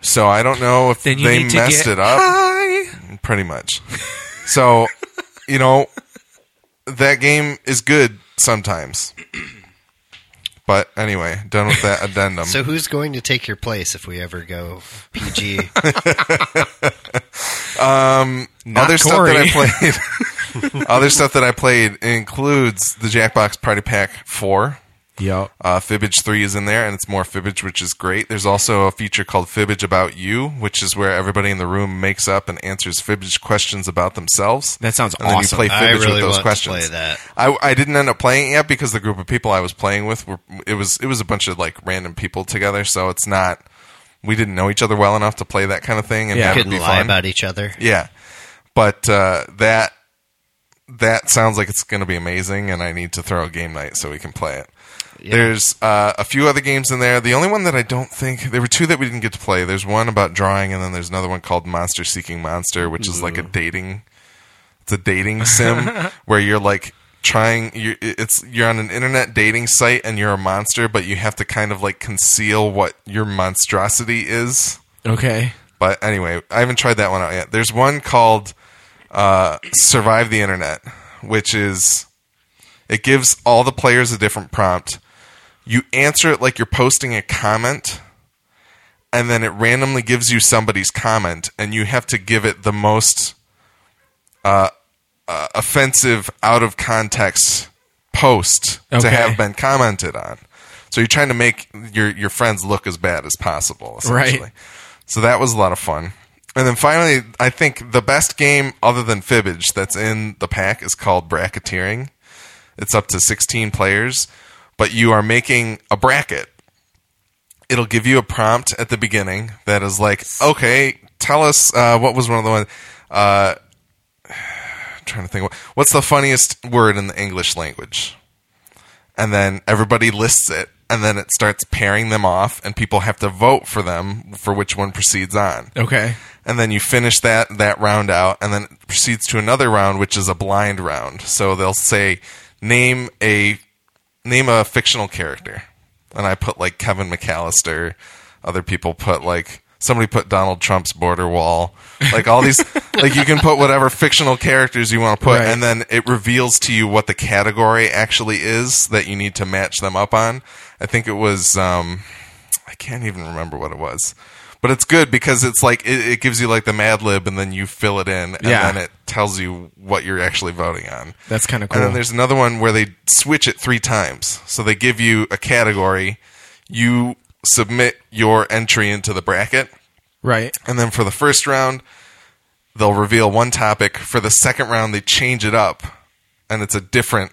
Speaker 1: So I don't know if
Speaker 5: Then you
Speaker 1: they
Speaker 5: need to
Speaker 1: messed
Speaker 5: get
Speaker 1: it up. Pretty much. So, you know, that game is good sometimes. But anyway, done with that addendum.
Speaker 3: So who's going to take your place if we ever go PG?
Speaker 1: other
Speaker 2: Corey.
Speaker 1: stuff that I played. other stuff that I played includes the Jackbox Party Pack 4.
Speaker 2: Yep.
Speaker 1: Uh, Fibbage 3 is in there, and it's more Fibbage, which is great. There's also a feature called Fibbage About You, which is where everybody in the room makes up and answers Fibbage questions about themselves.
Speaker 2: That sounds
Speaker 1: and then
Speaker 2: awesome.
Speaker 1: you play
Speaker 3: I
Speaker 1: Fibbage
Speaker 3: really
Speaker 1: with those
Speaker 3: want to
Speaker 1: questions.
Speaker 3: play that.
Speaker 1: I, I didn't end up playing it yet because the group of people I was playing with were it was it was a bunch of like random people together, so it's not we didn't know each other well enough to play that kind of thing and
Speaker 2: Yeah.
Speaker 1: have it
Speaker 3: Couldn't
Speaker 1: be
Speaker 3: lie
Speaker 1: fun.
Speaker 3: about each other.
Speaker 1: Yeah, but uh, that that sounds like it's going to be amazing, and I need to throw a game night so we can play it. There's uh, a few other games in there. The only one that I don't think there were two that we didn't get to play. There's one about drawing, and then there's another one called Monster Seeking Monster, which is like a dating. It's a dating sim where you're like trying. You're, it's you're on an internet dating site, and you're a monster, but you have to kind of like conceal what your monstrosity is.
Speaker 2: Okay.
Speaker 1: But anyway, I haven't tried that one out yet. There's one called uh, Survive the Internet, which is it gives all the players a different prompt. You answer it like you're posting a comment, and then it randomly gives you somebody's comment, and you have to give it the most uh, uh, offensive, out of context post
Speaker 2: Okay.
Speaker 1: to have been commented on. So you're trying to make your your friends look as bad as possible, essentially.
Speaker 2: Right.
Speaker 1: So that was a lot of fun. And then finally, I think the best game other than Fibbage that's in the pack is called Bracketeering. It's up to 16 players, but you are making a bracket. It'll give you a prompt at the beginning that is like, okay, tell us uh, what was one of the ones. Uh, I'm trying to think, what- what's the funniest word in the English language? and then everybody lists it and then it starts pairing them off and people have to vote for them for which one proceeds on
Speaker 2: Okay.
Speaker 1: and then you finish that that round out and then it proceeds to another round which is a blind round so they'll say name a name a fictional character and i put like kevin mcallister other people put like somebody put donald trump's border wall like all these like you can put whatever fictional characters you want to put
Speaker 2: Right.
Speaker 1: and then it reveals to you what the category actually is that you need to match them up on i think it was um I can't even remember what it was. But it's good because it's like it, it gives you like the Mad Lib, and then you fill it in, and
Speaker 2: Yeah.
Speaker 1: then it tells you what you're actually voting on.
Speaker 2: That's kind of
Speaker 1: And
Speaker 2: cool.
Speaker 1: then there's another one where they switch it three times. So they give you a category, you submit your entry into the bracket,
Speaker 2: right.
Speaker 1: and then for the first round, they'll reveal one topic. For the second round, they change it up, and it's a different,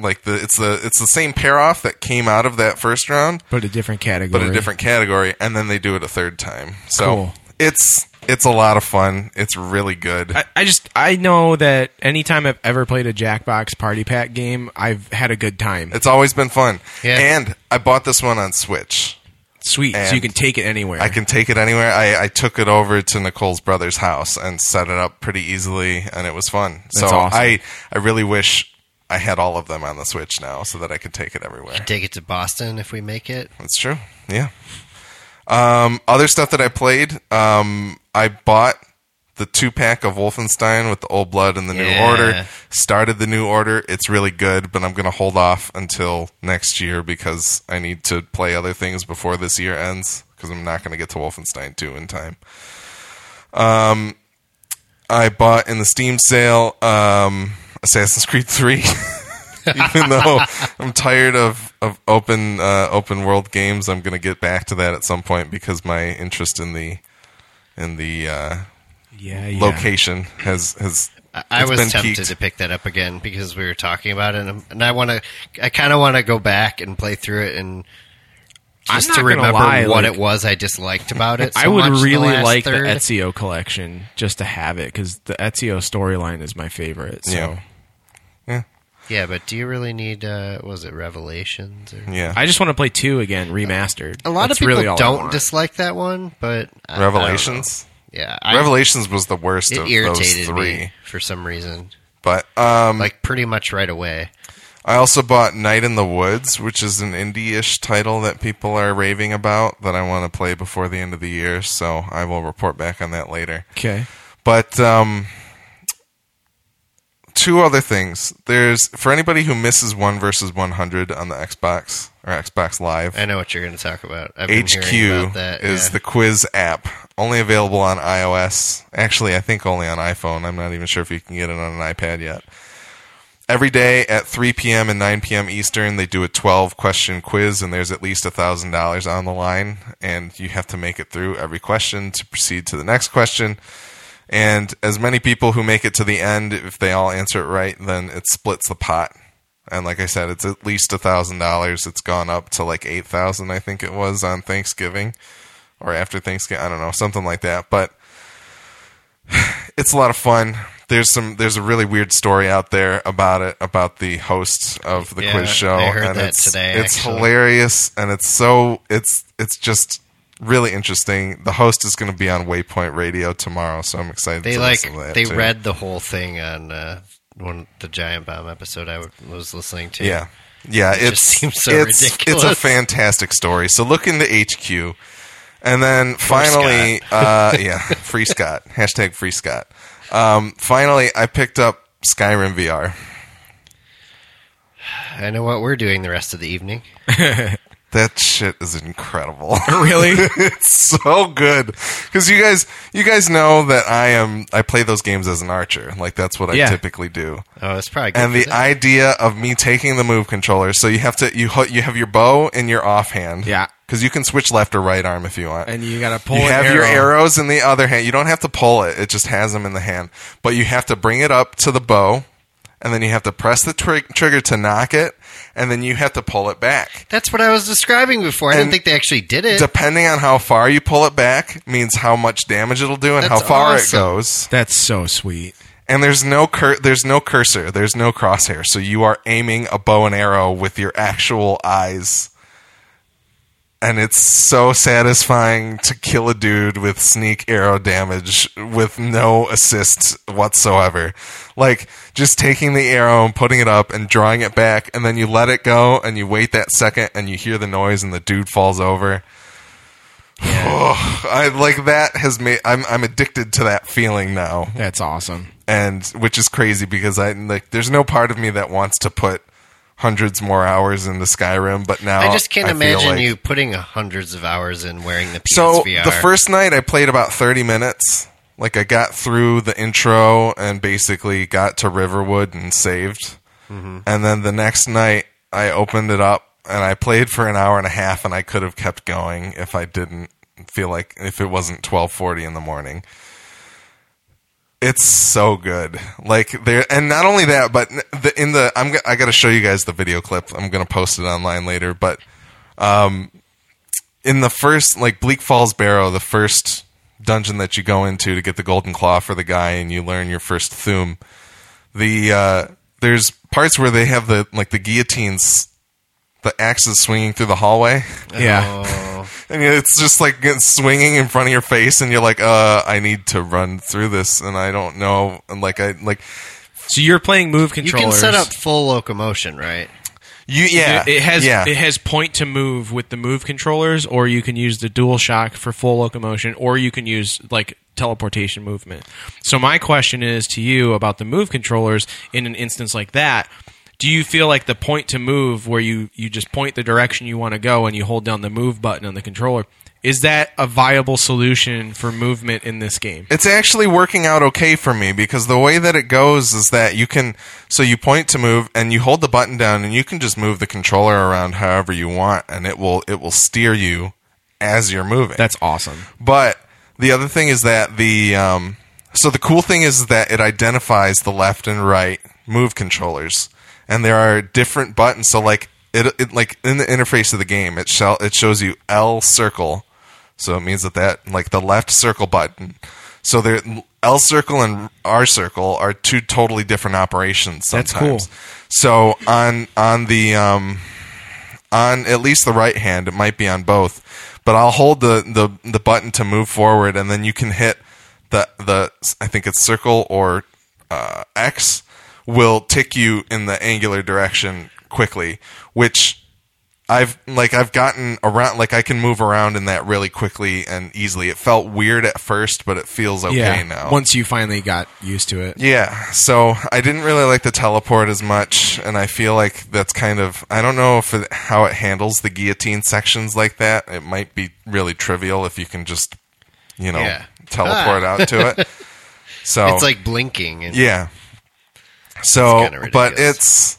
Speaker 1: like the it's the it's the same pair off that came out of that first round,
Speaker 2: But a different category.
Speaker 1: but a different category, and then they do it a third time. So
Speaker 2: Cool.
Speaker 1: it's it's a lot of fun. It's really good.
Speaker 2: I, I just I know that anytime I've ever played a Jackbox Party Pack game, I've had a good time.
Speaker 1: it's always been fun.
Speaker 3: Yeah.
Speaker 1: And I bought this one on Switch.
Speaker 2: Sweet, so
Speaker 1: and
Speaker 2: you can take it anywhere.
Speaker 1: I can take it anywhere. I, I took it over to Nicole's brother's house and set it up pretty easily, and it was fun. so
Speaker 2: awesome.
Speaker 1: I I really wish I had all of them on the Switch now, so that I could take it everywhere.
Speaker 3: Take it to Boston if we make it.
Speaker 1: That's true. Yeah. Um, other stuff that I played, um, I bought the two pack of Wolfenstein with the old blood and the new
Speaker 3: Yeah.
Speaker 1: order. Started the new order. It's really good, but I'm going to hold off until next year because I need to play other things before this year ends because I'm not going to get to Wolfenstein 2 in time. Um, I bought in the Steam sale um, Assassin's Creed 3. Even though I'm tired of, of open uh, open world games, I'm going to get back to that at some point because my interest in the in the uh,
Speaker 2: yeah, yeah.
Speaker 1: location has has
Speaker 3: I, I
Speaker 1: it's
Speaker 3: was
Speaker 1: been
Speaker 3: tempted
Speaker 1: peaked.
Speaker 3: to pick that up again because we were talking about it, and, and I want to. I kind of want to go back and play through it and
Speaker 2: I'm
Speaker 3: just
Speaker 2: not
Speaker 3: to
Speaker 2: gonna
Speaker 3: remember
Speaker 2: lie,
Speaker 3: what
Speaker 2: like-
Speaker 3: it was I disliked about it. So
Speaker 2: I would
Speaker 3: much the
Speaker 2: really
Speaker 3: last
Speaker 2: like
Speaker 3: third.
Speaker 2: the Ezio collection just to have it because the Ezio storyline is my favorite. So
Speaker 1: Yeah.
Speaker 3: Yeah, but do you really need? Uh, what was it Revelations? Or?
Speaker 1: Yeah.
Speaker 2: I just want to play two again, remastered.
Speaker 3: A lot
Speaker 2: That's
Speaker 3: of people
Speaker 2: really all I
Speaker 3: don't
Speaker 2: want.
Speaker 3: dislike that one, but I- I don't know.
Speaker 1: Revelations.
Speaker 3: yeah,
Speaker 1: Revelations was the worst
Speaker 3: it
Speaker 1: of
Speaker 3: irritated
Speaker 1: those three.
Speaker 3: me for some reason,
Speaker 1: But um,
Speaker 3: like pretty much right away.
Speaker 1: I also bought Night in the Woods, which is an indie-ish title that people are raving about that I want to play before the end of the year. So I will report back on that later.
Speaker 2: Okay.
Speaker 1: But um, two other things. There's for anybody who misses one versus 100 on the Xbox or Xbox Live.
Speaker 3: I know what you're going to talk about. I've been
Speaker 1: HQ
Speaker 3: hearing about that.
Speaker 1: is
Speaker 3: yeah.
Speaker 1: the quiz app, only available on iOS. Actually, I think only on iPhone. I'm not even sure if you can get it on an iPad yet. Every day at 3 p.m. and 9 p.m. Eastern, they do a 12 question quiz, and there's at least $1,000 on the line, and you have to make it through every question to proceed to the next question. And as many people who make it to the end, if they all answer it right, then it splits the pot. And like I said, it's at least a thousand dollars. It's gone up to like eight thousand, I think it was on Thanksgiving or after Thanksgiving. I don't know, something like that. But it's a lot of fun. There's some. There's a really weird story out there about it about the host of the
Speaker 3: Yeah,
Speaker 1: quiz show.
Speaker 3: I heard
Speaker 1: and
Speaker 3: that
Speaker 1: it's,
Speaker 3: today,
Speaker 1: It's
Speaker 3: actually.
Speaker 1: hilarious, and it's so. It's it's just really interesting. The host is going to be on Waypoint Radio tomorrow, so I'm excited.
Speaker 3: they
Speaker 1: to
Speaker 3: like
Speaker 1: listen to that
Speaker 3: they
Speaker 1: too.
Speaker 3: read the whole thing on uh, one the Giant Bomb episode I w- was listening to.
Speaker 1: Yeah. Yeah,
Speaker 3: just
Speaker 1: it's
Speaker 3: seems so
Speaker 1: it's,
Speaker 3: ridiculous.
Speaker 1: It's a fantastic story. So look into HQ. And then finally, uh, yeah, free Scott. Hashtag free Scott. Um, finally, I picked up Skyrim VR.
Speaker 3: I know what we're doing the rest of the evening.
Speaker 1: That shit is incredible.
Speaker 2: Really?
Speaker 1: it's so good because you guys, you guys know that I am. I play those games as an archer. Like that's what
Speaker 2: Yeah.
Speaker 1: I typically do.
Speaker 3: Oh, it's probably good
Speaker 1: and
Speaker 3: for
Speaker 1: the
Speaker 3: them.
Speaker 1: idea of me taking the move controller so you have to you ho- you have your bow and your offhand
Speaker 2: Yeah.
Speaker 1: because you can switch left or right arm if you want
Speaker 2: and you got to pull
Speaker 1: you
Speaker 2: an
Speaker 1: have
Speaker 2: arrow.
Speaker 1: your arrows in the other hand you don't have to pull it it just has them in the hand but you have to bring it up to the bow and then you have to press the trig trigger to knock it and then you have to pull it back
Speaker 3: That's what I was describing before. I
Speaker 1: And
Speaker 3: didn't think they actually did it.
Speaker 1: depending on how far you pull it back means how much damage it'll do and how
Speaker 3: That's
Speaker 1: far
Speaker 3: awesome.
Speaker 1: it goes
Speaker 2: That's so sweet.
Speaker 1: and there's no cur- there's no cursor, there's no crosshair, so you are aiming a bow and arrow with your actual eyes. And it's so satisfying to kill a dude with sneak arrow damage with no assist whatsoever. Like just taking the arrow and putting it up and drawing it back and then you let it go and you wait that second and you hear the noise and the dude falls over. I like that has made I'm I'm addicted to that feeling now
Speaker 2: That's awesome.
Speaker 1: and which is crazy because I like there's no part of me that wants to put hundreds more hours into Skyrim, but now
Speaker 3: I just can't
Speaker 1: feel
Speaker 3: imagine
Speaker 1: like-
Speaker 3: you putting hundreds of hours in wearing the PSVR.
Speaker 1: So the first night I played about 30 minutes. Like I got through the intro and basically got to Riverwood and saved. And then the next night I opened it up and I played for an hour and a half and I could have kept going if I didn't feel like if it wasn't 12:40 in the morning. It's so good. Like there and not only that but the, in the I'm g- I got to show you guys the video clip. I'm going to post it online later, but in the first like Bleak Falls Barrow, the first dungeon that you go into to get the golden claw for the guy and you learn your first thum, the uh there's parts where they have the like the guillotines the axes swinging through the hallway
Speaker 2: Yeah.
Speaker 3: Oh,
Speaker 1: and it's just like getting swinging in front of your face and you're like uh i need to run through this and i don't know and like i like
Speaker 2: So you're playing move
Speaker 3: you
Speaker 2: controllers.
Speaker 3: can set up full locomotion, right?
Speaker 1: you yeah
Speaker 2: It has
Speaker 1: yeah
Speaker 2: it has point to move with the move controllers, or you can use the dual shock for full locomotion, or you can use like teleportation movement. So my question is to you about the move controllers in an instance like that. Do you feel like the point to move where you, you just point the direction you want to go and you hold down the move button on the controller? Is that a viable solution for movement in this game?
Speaker 1: It's actually working out okay for me because the way that it goes is that you can so you point to move and you hold the button down and you can just move the controller around however you want and it will it will steer you as you're moving.
Speaker 2: That's awesome.
Speaker 1: But the other thing is that the um, so the cool thing is that it identifies the left and right move controllers, and there are different buttons. So like it, it like in the interface of the game, it shall it shows you L circle, so it means that that like the left circle button. So there L circle and R circle are two totally different operations.
Speaker 2: That's
Speaker 1: Sometimes.
Speaker 2: cool.
Speaker 1: So on on the um, on at least the right hand, it might be on both, but I'll hold the the, the button to move forward, and then you can hit the the I think it's circle or uh, X will tick you in the angular direction quickly, which I've like I've gotten around like I can move around in that really quickly and easily. It felt weird at first, but it feels okay
Speaker 2: yeah.
Speaker 1: now.
Speaker 2: Once you finally got used to it.
Speaker 1: yeah, so I didn't really like the teleport as much, and I feel like that's kind of I don't know if it, how it handles the guillotine sections like that. It might be really trivial if you can just you know
Speaker 3: Yeah.
Speaker 1: teleport out to it. So
Speaker 3: It's like blinking. And
Speaker 1: Oh. yeah. So,
Speaker 3: kinda
Speaker 1: but
Speaker 3: ridiculous.
Speaker 1: it's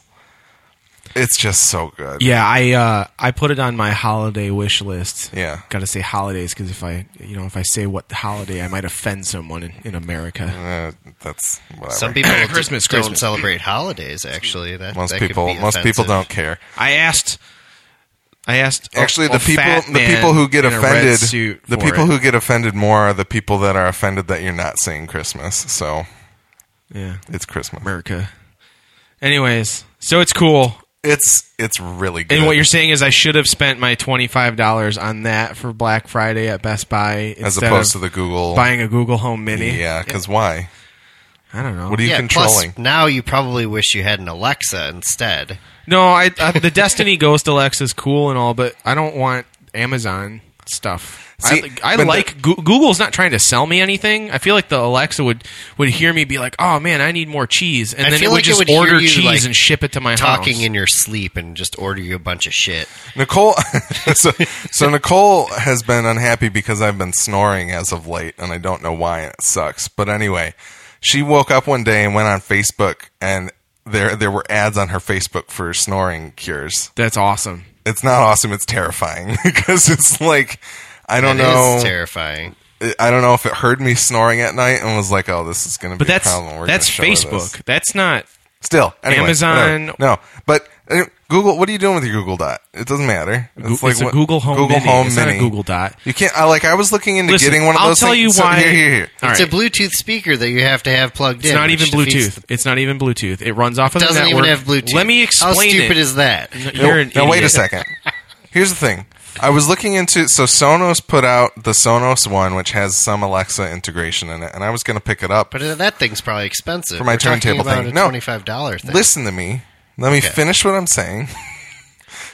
Speaker 1: it's just so good.
Speaker 2: Yeah, I uh, I put it on my holiday wish list.
Speaker 1: Yeah.
Speaker 2: got to say holidays because if I you know if I say what holiday, I might offend someone in, in America.
Speaker 1: Uh, that's whatever.
Speaker 3: Some people
Speaker 2: Christmas,
Speaker 3: don't
Speaker 2: Christmas.
Speaker 3: celebrate holidays. Actually, that
Speaker 1: most
Speaker 3: that could
Speaker 1: people
Speaker 3: be
Speaker 1: most people
Speaker 3: offensive.
Speaker 1: don't care.
Speaker 2: I asked. I asked a-
Speaker 1: Actually, the
Speaker 2: a
Speaker 1: people
Speaker 2: fat
Speaker 1: the
Speaker 2: man
Speaker 1: people who get
Speaker 2: in a red
Speaker 1: offended
Speaker 2: suit
Speaker 1: the
Speaker 2: for
Speaker 1: people
Speaker 2: it.
Speaker 1: who get offended more are the people that are offended that you're not saying Christmas. So
Speaker 2: yeah
Speaker 1: it's Christmas.
Speaker 2: America. Anyways, so it's cool.
Speaker 1: It's it's really good.
Speaker 2: And what you're saying is I should have spent my twenty five dollars on that for Black Friday at Best Buy
Speaker 1: as
Speaker 2: instead
Speaker 1: opposed to
Speaker 2: of
Speaker 1: the Google.
Speaker 2: buying a Google Home Mini.
Speaker 1: yeah, because why?
Speaker 2: I don't know.
Speaker 1: What are you
Speaker 3: Yeah,
Speaker 1: controlling?
Speaker 3: Plus, now you probably wish you had an Alexa instead.
Speaker 2: No, I, I the Destiny Ghost Alexa's cool and all, but I don't want Amazon stuff.
Speaker 1: See,
Speaker 2: I, I
Speaker 1: but
Speaker 2: like Goo- Google's not trying to sell me anything. I feel like the Alexa would would hear me be like, "Oh man, I need more cheese," and
Speaker 3: I
Speaker 2: then it
Speaker 3: feel
Speaker 2: would
Speaker 3: like it
Speaker 2: just
Speaker 3: would hear
Speaker 2: order
Speaker 3: you,
Speaker 2: cheese
Speaker 3: like,
Speaker 2: and ship it to my
Speaker 3: Talking
Speaker 2: house.
Speaker 3: in your sleep and just order you a bunch of shit.
Speaker 1: Nicole, so, so Nicole has been unhappy because I've been snoring as of late, and I don't know why. and It sucks, but anyway, she woke up one day and went on Facebook, and there there were ads on her Facebook for snoring cures.
Speaker 2: That's awesome.
Speaker 1: It's not awesome; it's terrifying because it's like I don't
Speaker 3: That is
Speaker 1: know.
Speaker 3: terrifying.
Speaker 1: I don't know if it heard me snoring at night and was like, "Oh, this is going to be
Speaker 2: But that's
Speaker 1: a problem." We're
Speaker 2: that's
Speaker 1: gonna show her this.
Speaker 2: Facebook. That's not.
Speaker 1: Still, anyway,
Speaker 2: Amazon-
Speaker 1: whatever. No, but uh, Google. What are you doing with your Google Dot? It doesn't matter. It's
Speaker 2: Goo- it's a Google Home Mini. It's not a Google Dot.
Speaker 1: You can't. I like. I was looking into
Speaker 2: Listen,
Speaker 1: getting one of
Speaker 2: I'll
Speaker 1: those.
Speaker 2: tell
Speaker 1: things.
Speaker 2: you
Speaker 1: So,
Speaker 2: why-
Speaker 1: here, here, here.
Speaker 2: All
Speaker 3: it's
Speaker 2: right.
Speaker 3: a Bluetooth speaker that you have to have plugged
Speaker 2: It's
Speaker 3: in.
Speaker 2: not
Speaker 3: which
Speaker 2: even
Speaker 3: defeats
Speaker 2: Bluetooth.
Speaker 3: the-
Speaker 2: It's not even Bluetooth. It runs off of the
Speaker 3: doesn't
Speaker 2: network.
Speaker 3: even have Bluetooth.
Speaker 2: Let me explain
Speaker 3: How stupid
Speaker 2: it.
Speaker 3: is that?
Speaker 2: You're an
Speaker 1: now wait a
Speaker 2: idiot.
Speaker 1: second. Here's the thing. I was looking into so Sonos put out the Sonos one, which has some Alexa integration in it, and I was going to pick it up.
Speaker 3: But uh, that thing's probably expensive.
Speaker 1: For my
Speaker 3: We're talking
Speaker 1: turntable
Speaker 3: about
Speaker 1: thing.
Speaker 3: a
Speaker 1: No.
Speaker 3: twenty-five dollar thing.
Speaker 1: Listen to me. Let me finish what I'm saying.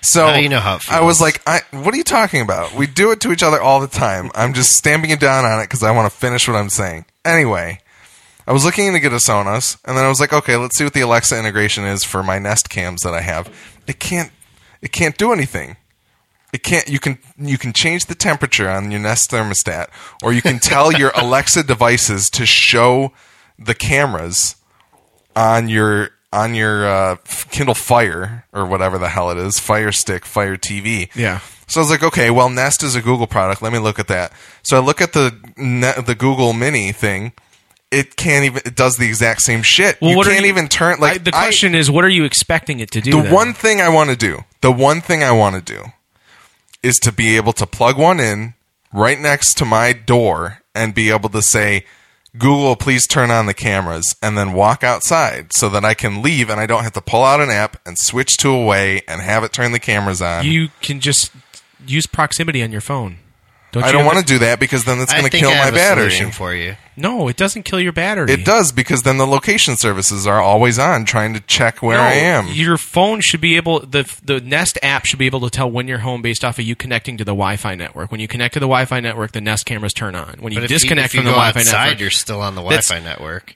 Speaker 1: so
Speaker 3: Now you know how it
Speaker 1: I was
Speaker 3: feels.
Speaker 1: like, I, "What are you talking about? We do it to each other all the time." I'm just stamping it down on it because I want to finish what I'm saying. Anyway, I was looking to get a Sonos, and then I was like, "Okay, let's see what the Alexa integration is for my Nest cams that I have." It can't. It can't do anything. It can't. You can. You can change the temperature on your Nest thermostat, or you can tell your Alexa devices to show the cameras on your on your uh, Kindle Fire or whatever the hell it is, Fire Stick, Fire TV.
Speaker 2: Yeah.
Speaker 1: So I was like, okay, well, Nest is a Google product. Let me look at that. So I look at the Ne- the Google Mini thing. It can't even. It does the exact same shit.
Speaker 2: Well,
Speaker 1: you
Speaker 2: what are
Speaker 1: can't
Speaker 2: you-
Speaker 1: even turn like
Speaker 2: I- the
Speaker 1: I-
Speaker 2: question is, what are you expecting it to do?
Speaker 1: the
Speaker 2: then?
Speaker 1: one thing I want to do, the one thing I want to do, is to be able to plug one in right next to my door and be able to say, "Google, please turn on the cameras," and then walk outside so that I can leave and I don't have to pull out an app and switch to away and have it turn the cameras on.
Speaker 2: you can just use proximity on your phone. Don't
Speaker 1: I
Speaker 2: you
Speaker 1: don't
Speaker 2: have
Speaker 1: want
Speaker 2: a-
Speaker 1: to do that because then that's
Speaker 3: I
Speaker 1: going to
Speaker 3: think
Speaker 1: kill
Speaker 3: I
Speaker 1: my
Speaker 3: have a
Speaker 1: battery.
Speaker 3: solution for you.
Speaker 2: No, it doesn't kill your battery.
Speaker 1: It does because then the location services are always on trying to check where
Speaker 2: No,
Speaker 1: I am.
Speaker 2: Your phone should be able the the Nest app should be able to tell when you're home based off of you connecting to the Wi-Fi network. When you connect to the Wi-Fi network, the Nest cameras turn on. When you
Speaker 3: But if
Speaker 2: disconnect
Speaker 3: you, if
Speaker 2: from
Speaker 3: you
Speaker 2: the
Speaker 3: go
Speaker 2: Wi-Fi
Speaker 3: outside,
Speaker 2: network,
Speaker 3: you're still on the
Speaker 2: That's-
Speaker 3: Wi-Fi network.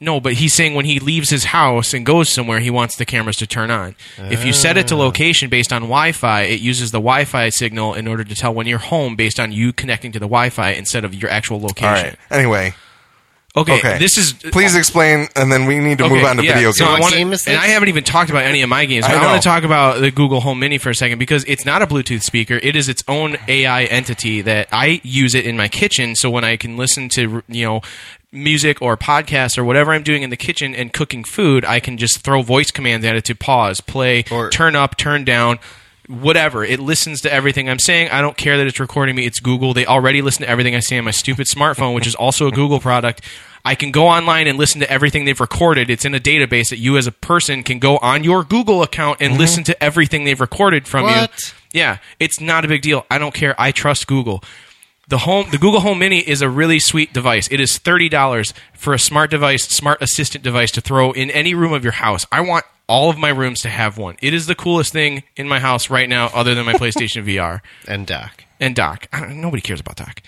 Speaker 2: no. But he's saying when he leaves his house and goes somewhere, he wants the cameras to turn on. If you set it to location based on Wi-Fi, it uses the Wi-Fi signal in order to tell when you're home based on you connecting to the Wi-Fi instead of your actual
Speaker 1: All
Speaker 2: location.
Speaker 1: right. Anyway,
Speaker 2: Okay,
Speaker 1: okay.
Speaker 2: this is
Speaker 1: please explain, and then we need to move
Speaker 2: Uh, Okay,
Speaker 1: on to
Speaker 2: yeah,
Speaker 1: video
Speaker 2: so
Speaker 1: games.
Speaker 2: I
Speaker 3: What
Speaker 2: wanna-
Speaker 3: game is
Speaker 2: And
Speaker 3: this?
Speaker 2: I haven't even talked about any of my games. But
Speaker 1: I
Speaker 2: I,
Speaker 1: know.
Speaker 2: want to talk about the Google Home Mini for a second because it's not a Bluetooth speaker. It is its own AI entity that I use it in my kitchen. So when I can listen to you know music or podcasts or whatever I'm doing in the kitchen and cooking food, I can just throw voice commands at it to pause, play,
Speaker 3: Or-
Speaker 2: turn up, turn down. whatever. It listens to everything I'm saying. I don't care that it's recording me. It's Google. They already listen to everything I say on my stupid smartphone, which is also a Google product. I can go online and listen to everything they've recorded. It's in a database that you as a person can go on your Google account and listen to everything they've recorded from
Speaker 3: What?
Speaker 2: you. Yeah, it's not a big deal. I don't care. I trust Google. The home the Google Home Mini is a really sweet device. It is $30 for a smart device, smart assistant device to throw in any room of your house. I want all of my rooms to have one. It is the coolest thing in my house right now other than my PlayStation VR
Speaker 3: and Doc.
Speaker 2: and Doc. I don't, nobody cares about Doc.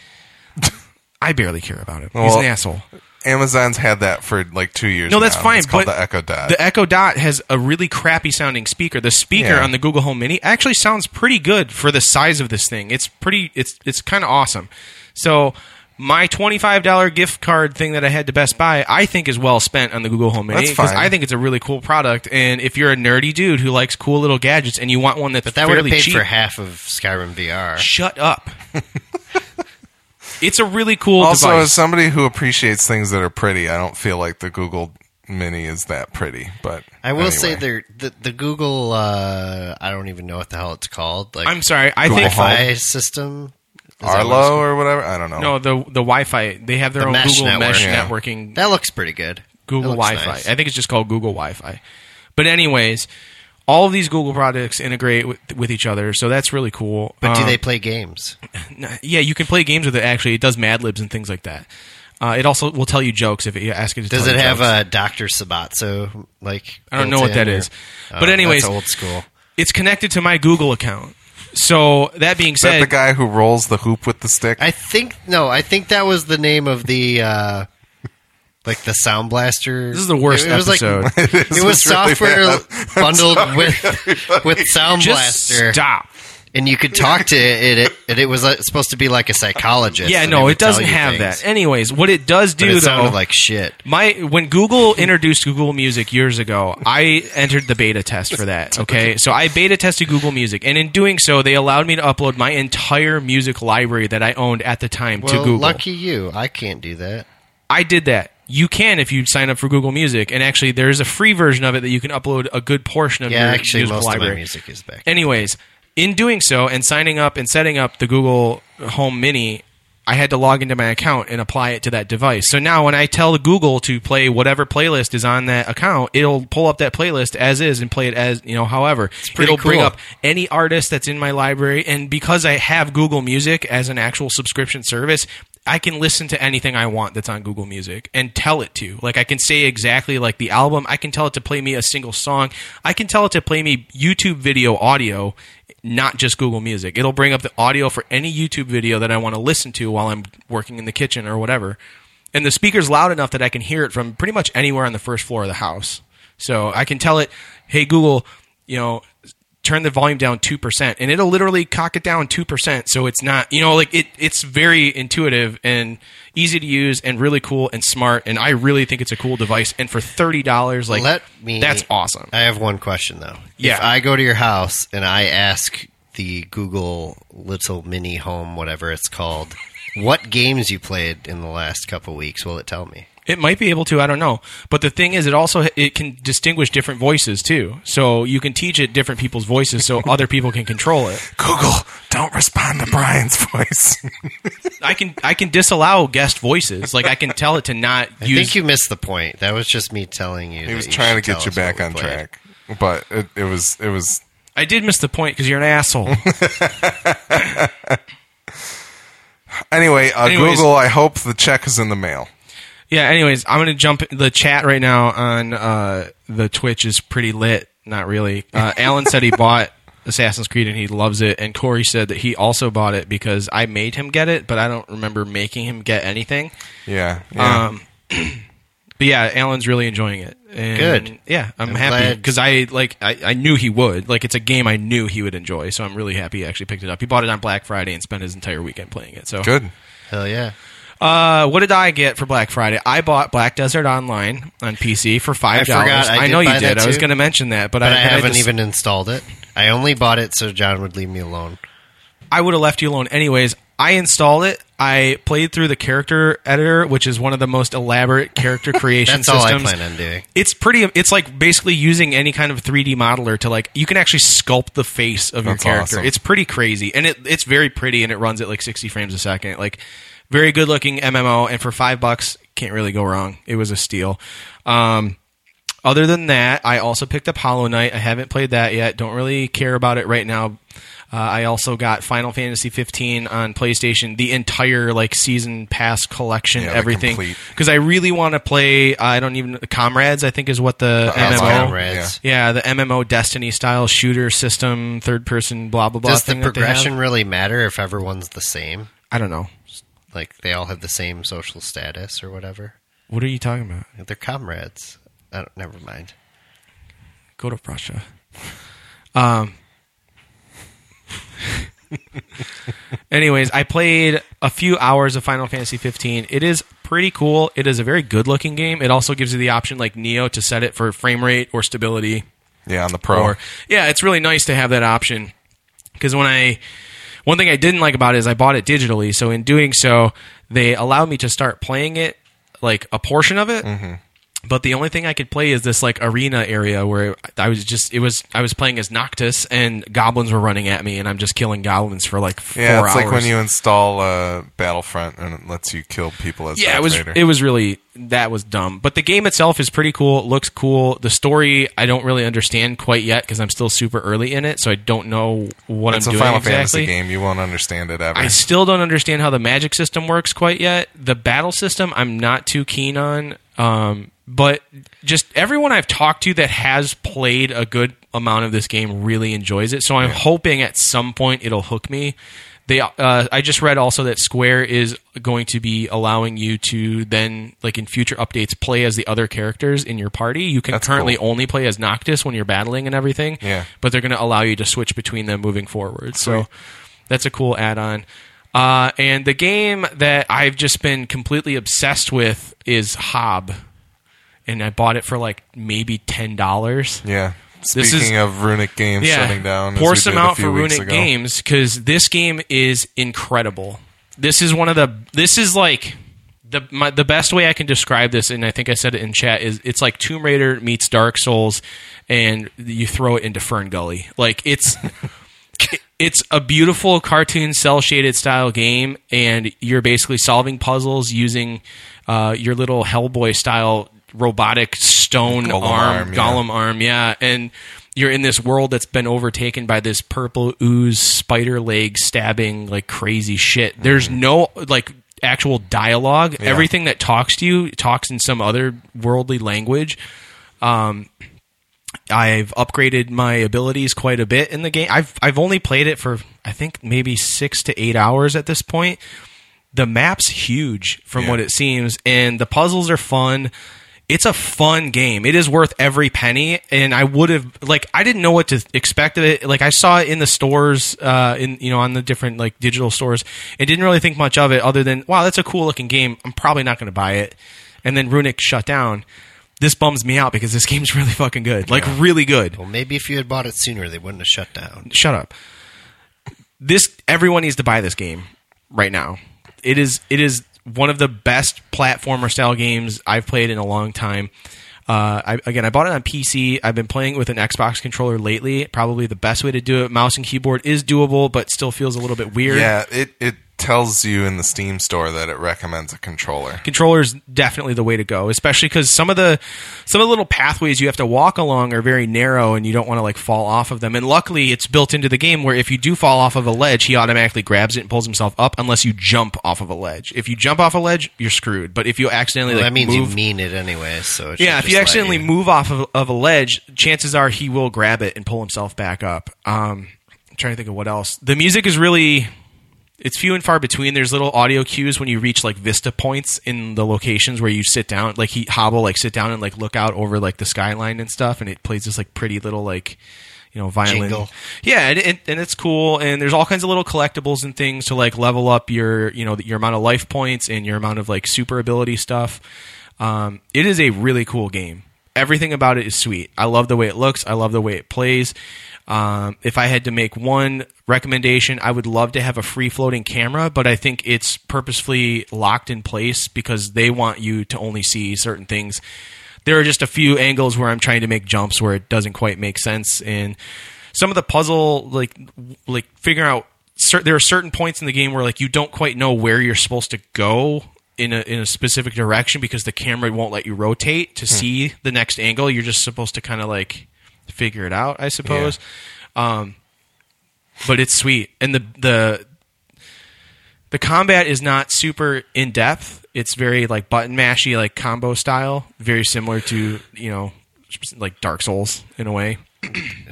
Speaker 2: I barely care about him. He's
Speaker 1: Well,
Speaker 2: an asshole.
Speaker 1: Amazon's had that for like two years.
Speaker 2: No, that's
Speaker 1: now.
Speaker 2: fine.
Speaker 1: It's called
Speaker 2: but
Speaker 1: the Echo Dot.
Speaker 2: The Echo Dot has a really crappy sounding speaker. The speaker
Speaker 1: Yeah.
Speaker 2: on the Google Home Mini actually sounds pretty good for the size of this thing. It's pretty. It's it's kind of awesome. So my twenty five dollar gift card thing that I had to Best Buy, I think is well spent on the Google Home Mini
Speaker 1: That's fine.
Speaker 2: I think it's a really cool product. And if you're a nerdy dude who likes cool little gadgets and you want one that's
Speaker 3: But that would have
Speaker 2: fairly
Speaker 3: paid
Speaker 2: cheap,
Speaker 3: for half of Skyrim VR.
Speaker 2: shut up. it's a really cool
Speaker 1: also,
Speaker 2: device.
Speaker 1: as somebody who appreciates things that are pretty, I don't feel like the Google Mini is that pretty. But
Speaker 3: I will say
Speaker 1: anyway.
Speaker 3: there the, the Google uh, I don't even know what the hell it's called like
Speaker 2: I'm sorry. I
Speaker 1: Google
Speaker 2: think
Speaker 1: Home.
Speaker 3: Wi-Fi system. Is that what it's
Speaker 1: Arlo or whatever. I don't know.
Speaker 2: No, the the Wi-Fi. They have their
Speaker 3: The
Speaker 2: own
Speaker 3: mesh
Speaker 2: Google
Speaker 3: network.
Speaker 2: Mesh
Speaker 1: Yeah.
Speaker 2: networking.
Speaker 3: That looks pretty good.
Speaker 2: Google
Speaker 3: That looks
Speaker 2: Wi-Fi.
Speaker 3: nice.
Speaker 2: I think it's just called Google Wi-Fi. But anyways, all of these Google products integrate with, with each other, so that's really cool.
Speaker 3: But do
Speaker 2: Um,
Speaker 3: they play games?
Speaker 2: n- Yeah, you can play games with it. Actually, it does Mad Libs and things like that. Uh, it also will tell you jokes if you ask it to.
Speaker 3: Does
Speaker 2: tell
Speaker 3: it
Speaker 2: you
Speaker 3: have
Speaker 2: jokes.
Speaker 3: a Doctor Sabatso like?
Speaker 2: I don't know what
Speaker 3: built
Speaker 2: that
Speaker 3: in, or-
Speaker 2: is.
Speaker 3: Oh,
Speaker 2: But anyways-
Speaker 3: that's old school.
Speaker 2: It's connected to my Google account. So that being
Speaker 1: is that
Speaker 2: said,
Speaker 1: the guy who rolls the hoop with the stick?
Speaker 3: I think no. I think that was the name of the uh, like the sound blaster.
Speaker 2: This is the worst
Speaker 3: It, was
Speaker 2: episode.
Speaker 3: like it was,
Speaker 1: It's really
Speaker 3: software
Speaker 1: bad.
Speaker 3: bundled with with sound
Speaker 2: just
Speaker 3: blaster,
Speaker 2: stop.
Speaker 3: and you could talk to it. it, and it was like, supposed to be like a psychologist.
Speaker 2: Yeah,
Speaker 3: and
Speaker 2: no,
Speaker 3: would
Speaker 2: it doesn't
Speaker 3: tell you
Speaker 2: have
Speaker 3: things.
Speaker 2: that. Anyways, what it does
Speaker 3: But
Speaker 2: do
Speaker 3: it sounded
Speaker 2: though,
Speaker 3: like shit.
Speaker 2: My when Google introduced Google Music years ago, I entered the beta test for that. Okay, so I beta tested Google Music, and in doing so, they allowed me to upload my entire music library that I owned at the time to
Speaker 3: Well,
Speaker 2: Google.
Speaker 3: lucky you. I can't do that.
Speaker 2: I did that. You can if you sign up for Google Music, and actually, there is a free version of it that you can upload a good portion of
Speaker 3: Yeah,
Speaker 2: your
Speaker 3: actually,
Speaker 2: music
Speaker 3: most
Speaker 2: library.
Speaker 3: of my music is back.
Speaker 2: Anyways, in doing so and signing up and setting up the Google Home Mini, I had to log into my account and apply it to that device. So now when I tell Google to play whatever playlist is on that account, it'll pull up that playlist as is and play it as, you know, however.
Speaker 3: pretty
Speaker 2: It'll bring
Speaker 3: cool.
Speaker 2: up any artist that's in my library and because I have Google Music as an actual subscription service, I can listen to anything I want that's on Google Music and tell it to. Like I can say exactly like the album, I can tell it to play me a single song, I can tell it to play me YouTube video audio, not just Google Music. It'll bring up the audio for any YouTube video that I want to listen to while I'm working in the kitchen or whatever. And the speaker's loud enough that I can hear it from pretty much anywhere on the first floor of the house. So I can tell it, "Hey Google, you know, turn the volume down 2% and it'll literally cock it down 2% so it's not you know like it it's very intuitive and easy to use and really cool and smart and i really think it's a cool device and for $30 like
Speaker 3: Let me.
Speaker 2: that's awesome
Speaker 3: I have one question though.
Speaker 2: Yeah.
Speaker 3: If I go to your house and I ask the Google little mini home, whatever it's called, what games you played in the last couple weeks, will it tell me?
Speaker 2: It might be able to. I don't know. But the thing is, it also it can distinguish different voices too. So you can teach it different people's voices, so other people can control it.
Speaker 1: Google, don't respond to Brian's voice.
Speaker 2: I can I can disallow guest voices. Like I can tell it to not
Speaker 3: I
Speaker 2: use.
Speaker 3: think you missed the point. That was just me telling you.
Speaker 1: he
Speaker 3: that
Speaker 1: was
Speaker 3: you
Speaker 1: trying to
Speaker 3: should tell
Speaker 1: get you
Speaker 3: us what
Speaker 1: back
Speaker 3: we
Speaker 1: on
Speaker 3: played.
Speaker 1: track, but it, it was it was
Speaker 2: I did miss the point because you're an asshole.
Speaker 1: anyway. Uh,
Speaker 2: Anyways.
Speaker 1: Google, I hope the check is in the mail.
Speaker 2: Yeah. Anyways, I'm gonna jump the chat right now on uh, the Twitch is pretty lit. Not really. Uh, Alan said he bought Assassin's Creed and he loves it, and Corey said that he also bought it because I made him get it, but I don't remember making him get anything.
Speaker 1: Yeah, yeah.
Speaker 2: Um, but yeah, Alan's really enjoying it. And
Speaker 3: Good.
Speaker 2: Yeah, I'm,
Speaker 3: I'm
Speaker 2: happy
Speaker 3: glad.
Speaker 2: because I like I, I knew he would. Like it's a game I knew he would enjoy, so I'm really happy he actually picked it up. He bought it on Black Friday and spent his entire weekend playing it. So
Speaker 1: good.
Speaker 3: Hell yeah.
Speaker 2: uh, what did I get for Black Friday? I bought Black Desert Online on PC for five dollars.
Speaker 3: forgot. I did
Speaker 2: know you
Speaker 3: buy that
Speaker 2: did. I was
Speaker 3: too.
Speaker 2: going to mention that, but, I,
Speaker 3: But I
Speaker 2: but
Speaker 3: haven't
Speaker 2: just-
Speaker 3: even installed it. I only bought it so John would leave me alone.
Speaker 2: I would have left you alone anyways. I installed it. I played through the character editor, which is one of the most elaborate character creation
Speaker 3: That's all I
Speaker 2: systems.
Speaker 3: plan on doing.
Speaker 2: It's pretty. It's like basically using any kind of 3D modeler to like you can actually sculpt the face of
Speaker 1: That's
Speaker 2: your character.
Speaker 1: awesome.
Speaker 2: It's pretty crazy, and it it's very pretty, and it runs at like 60 frames a second. Like very good looking MMO, and for five bucks, can't really go wrong. It was a steal. Um, other than that, I also picked up Hollow Knight. I haven't played that yet. Don't really care about it right now. Uh, I also got Final Fantasy 15 on PlayStation, the entire like season pass collection,
Speaker 1: Yeah, the
Speaker 2: everything,
Speaker 1: complete.
Speaker 2: because I really want to play. I don't even Comrades. I think is what the,
Speaker 1: That's awesome.
Speaker 2: MMO.
Speaker 3: Oh, Comrades.
Speaker 2: Yeah, the MMO Destiny style shooter system, third person, blah blah blah.
Speaker 3: Does the
Speaker 2: thing that they have.
Speaker 3: progression really matter if everyone's the same?
Speaker 2: I don't know.
Speaker 3: Like they all have the same social status or whatever.
Speaker 2: What are you talking about?
Speaker 3: They're comrades. I don't, never mind.
Speaker 2: Go to Russia. Um. anyways, I played a few hours of Final Fantasy 15. It is pretty cool. It is a very good looking game. It also gives you the option, like Neo, to set it for frame rate or stability.
Speaker 1: Yeah, on the pro.
Speaker 2: Or yeah, it's really nice to have that option because when I one thing I didn't like about it is I bought it digitally. So in doing so, they allowed me to start playing it like a portion of it.
Speaker 1: Mm-hmm.
Speaker 2: But the only thing I could play is this like arena area where I was just it was I was playing as Noctis and goblins were running at me and I'm just killing goblins for like four
Speaker 1: yeah, it's
Speaker 2: hours.
Speaker 1: like when you install uh, Battlefront and it lets you kill people as
Speaker 2: yeah, it
Speaker 1: Darth
Speaker 2: was
Speaker 1: Vader.
Speaker 2: it was really that was dumb. But the game itself is pretty cool. It looks cool. The story I don't really understand quite yet because I'm still super early in it, so I don't know what
Speaker 1: it's
Speaker 2: I'm
Speaker 1: a
Speaker 2: doing
Speaker 1: Final
Speaker 2: exactly.
Speaker 1: Fantasy game. You won't understand it ever.
Speaker 2: I still don't understand how the magic system works quite yet. The battle system, I'm not too keen on. Um, but just everyone I've talked to that has played a good amount of this game really enjoys it. So I'm hoping at some point it'll hook me. They, uh, I just read also that Square is going to be allowing you to then, like in future updates, play as the other characters in your party. You can
Speaker 1: That's
Speaker 2: currently
Speaker 1: cool.
Speaker 2: only play as Noctis when you're battling and everything.
Speaker 1: Yeah.
Speaker 2: But they're going to allow you to switch between them moving forward. So that's a cool add on. Uh, and the game that I've just been completely obsessed with is Hob. And I bought it for like maybe $10.
Speaker 1: yeah.
Speaker 2: This
Speaker 1: Speaking
Speaker 2: is-
Speaker 1: of Runic games shutting down, as
Speaker 2: Pour
Speaker 1: we
Speaker 2: some
Speaker 1: did a
Speaker 2: out
Speaker 1: few
Speaker 2: for
Speaker 1: weeks
Speaker 2: Runic
Speaker 1: ago.
Speaker 2: Games because this game is incredible. This is one of the. This is like the my, the best way I can describe this, and I think I said it in chat is it's like Tomb Raider meets Dark Souls, and you throw it into Fern Gully. Like it's. It's a beautiful cartoon cell shaded style game, and you're basically solving puzzles using uh, your little Hellboy style robotic stone
Speaker 1: Golem
Speaker 2: arm,
Speaker 1: arm, yeah.
Speaker 2: golem golem arm, yeah. And you're in this world that's been overtaken by this purple ooze, spider leg stabbing, like crazy shit. There's
Speaker 1: Mm-hmm.
Speaker 2: no like actual dialogue. Everything that talks to you talks in some other worldly language. Um, I've upgraded my abilities quite a bit in the game. I've I've only played it for I think maybe six to eight hours at this point the map's huge from
Speaker 1: Yeah.
Speaker 2: what it seems and the puzzles are fun it's a fun game it is worth every penny and i would have like i didn't know what to expect of it like i saw it in the stores uh in you know on the different like digital stores and didn't really think much of it other than wow that's a cool looking game i'm probably not going to buy it and then runic shut down this bums me out because this game's really fucking good like really good
Speaker 3: Well, maybe if you had bought it sooner, they wouldn't have shut down.
Speaker 2: shut up. This everyone needs to buy this game right now. It is it is one of the best platformer style games I've played in a long time. Uh, I, again, I bought it on PC. I've been playing with an Xbox controller lately. Probably the best way to do it. Mouse and keyboard is doable, but still feels a little bit weird.
Speaker 1: Yeah, it it tells you in the Steam store that it recommends a controller.
Speaker 2: controller is definitely the way to go, especially because some of the some of the little pathways you have to walk along are very narrow, and you don't want to like fall off of them. And luckily, it's built into the game where if you do fall off of a ledge, he automatically grabs it and pulls himself up, unless you jump off of a ledge. If you jump off a ledge, you're screwed. But if you accidentally
Speaker 3: Well,
Speaker 2: like
Speaker 3: that means
Speaker 2: move,
Speaker 3: you mean it anyway. So it should
Speaker 2: yeah, if
Speaker 3: just
Speaker 2: you
Speaker 3: let
Speaker 2: accidentally move off of, of a ledge, chances are he will grab it and pull himself back up. Um, I'm trying to think of what else. The music is really. It's few and far between. There's little audio cues when you reach like vista points in the locations where you sit down. Like he hobble, like sit down and like look out over like the skyline and stuff, and it plays this like pretty little like you know violin.
Speaker 3: Jingle.
Speaker 2: Yeah, and, and, and it's cool. And there's all kinds of little collectibles and things to like level up your you know your amount of life points and your amount of like super ability stuff. Um, it is a really cool game. Everything about it is sweet. I love the way it looks. I love the way it plays. Um, if I had to make one recommendation, I would love to have a free floating camera, but I think it's purposefully locked in place because they want you to only see certain things. There are just a few angles where I'm trying to make jumps where it doesn't quite make sense, and some of the puzzle, like like figuring out, cer- there are certain points in the game where like you don't quite know where you're supposed to go in a in a specific direction because the camera won't let you rotate to see the next angle. You're just supposed to kind of like figure it out, I suppose. Um, but it's sweet, and the the the combat is not super in depth. It's very like button mashy, like combo style, very similar to you know like Dark Souls in a way.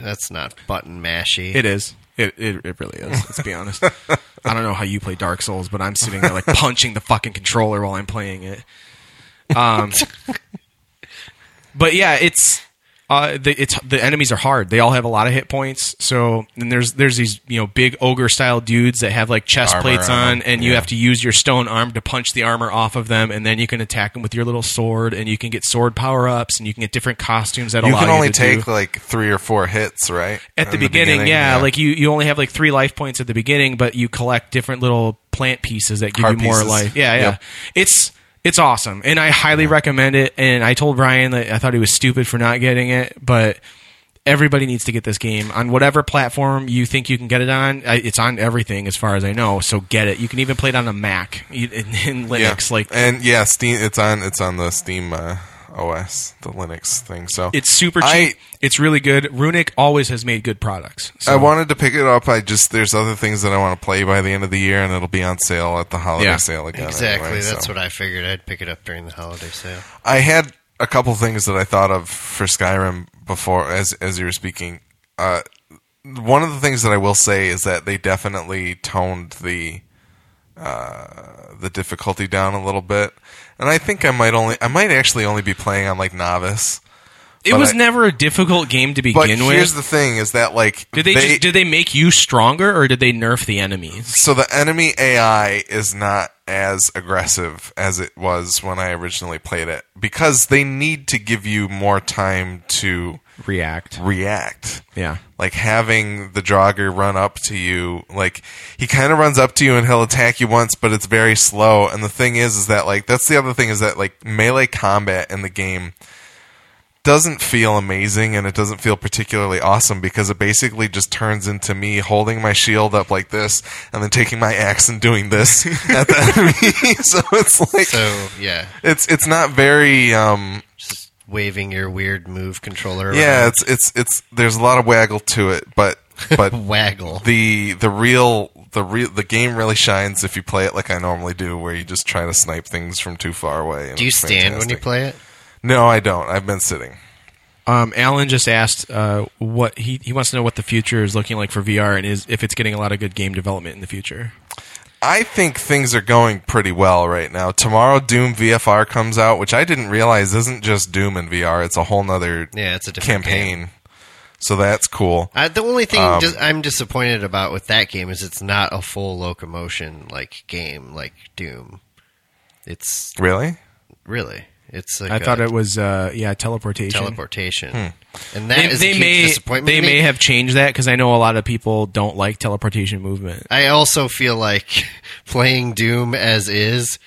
Speaker 3: That's not button mashy.
Speaker 2: It is. It, it, it really is. Let's be honest. I don't know how you play Dark Souls, but I'm sitting there like punching the fucking controller while I'm playing it. Um, but yeah, it's uh, the it's the enemies are hard. They all have a lot of hit points. So and there's there's these you know big ogre style dudes that have like chest
Speaker 1: Armor
Speaker 2: plates
Speaker 1: on
Speaker 2: on,
Speaker 1: them.
Speaker 2: and you
Speaker 1: Yeah.
Speaker 2: have to use your stone arm to punch the armor off of them, and then you can attack them with your little sword, and you can get sword power ups, and you can get different costumes that
Speaker 1: You
Speaker 2: allow
Speaker 1: can
Speaker 2: you
Speaker 1: only
Speaker 2: to do-
Speaker 1: take like three or four hits, right?
Speaker 2: at
Speaker 1: In
Speaker 2: the, beginning, yeah, like you, you only have like three life points at the beginning, but you collect different little plant pieces that give
Speaker 1: Heart
Speaker 2: you more
Speaker 1: pieces.
Speaker 2: life. Yeah, yeah,
Speaker 1: Yep.
Speaker 2: it's it's awesome, and I highly recommend it. And I told Brian that I thought he was stupid for not getting it, but everybody needs to get this game on whatever platform you think you can get it on. I- It's on everything, as far as I know. So get it. You can even play it on a Mac you- in, in
Speaker 1: yeah.
Speaker 2: Linux, like.
Speaker 1: and yeah, Steam. It's on. It's on the Steam uh, OS, the Linux thing. So
Speaker 2: It's super cheap.
Speaker 1: I-
Speaker 2: it's really good. Runic always has made good products. So.
Speaker 1: I wanted to pick it up. I just there's other things that I want to play by the end of the year, and it'll be on sale at the holiday
Speaker 2: Yeah.
Speaker 1: sale again.
Speaker 3: Exactly.
Speaker 1: anyway,
Speaker 3: That's
Speaker 1: so.
Speaker 3: what I figured. I'd pick it up during the holiday sale.
Speaker 1: I had a couple things that I thought of for Skyrim before, as as you were speaking. Uh, one of the things that I will say is that they definitely toned the uh, the difficulty down a little bit, and I think I might only I might actually only be playing on like novice.
Speaker 2: it
Speaker 1: but
Speaker 2: was
Speaker 1: I-
Speaker 2: never a difficult game to
Speaker 1: But
Speaker 2: begin with.
Speaker 1: here's the thing: is that like
Speaker 2: Did they, just, did they make you stronger or did they nerf the enemies?
Speaker 1: so the enemy AI is not as aggressive as it was when I originally played it because they need to give you more time to
Speaker 2: React.
Speaker 1: react.
Speaker 2: Yeah.
Speaker 1: Like having the jogger run up to you, like he kind of runs up to you and he'll attack you once, but it's very slow. And the thing is, is that like that's the other thing is that like melee combat in the game doesn't feel amazing and it doesn't feel particularly awesome because it basically just turns into me holding my shield up like this and then taking my axe and doing this at the enemy. so it's like
Speaker 3: So yeah,
Speaker 1: it's it's not very um
Speaker 3: just waving your weird move controller. Around.
Speaker 1: yeah, it's it's it's there's a lot of waggle to it, but but
Speaker 3: waggle.
Speaker 1: the the real the real the game really shines if you play it like I normally do, where you just try to snipe things from too far away. and
Speaker 3: Do you
Speaker 1: it's
Speaker 3: stand when you
Speaker 1: fantastic.
Speaker 3: play it?
Speaker 1: No, I don't. I've been sitting.
Speaker 2: Um, Alan just asked uh, what he, he wants to know what the future is looking like for VR and is if it's getting a lot of good game development in the future.
Speaker 1: I think things are going pretty well right now. Tomorrow, Doom VFR comes out, which I didn't realize isn't just Doom in VR. It's a whole nother
Speaker 3: Yeah, it's a different
Speaker 1: campaign.
Speaker 3: Game.
Speaker 1: So that's cool.
Speaker 3: Uh, the only thing
Speaker 1: Um,
Speaker 3: dis- I'm disappointed about with that game is it's not a full locomotion like game like Doom. It's
Speaker 1: Really?
Speaker 3: really it's like
Speaker 2: I thought
Speaker 3: a
Speaker 2: it was uh, yeah teleportation.
Speaker 3: teleportation,
Speaker 1: Hmm.
Speaker 3: and that
Speaker 2: They,
Speaker 3: is
Speaker 2: they
Speaker 3: a huge
Speaker 2: may
Speaker 3: disappointment.
Speaker 2: they
Speaker 3: to me.
Speaker 2: may have changed that because I know a lot of people don't like teleportation movement.
Speaker 3: I also feel like playing Doom as is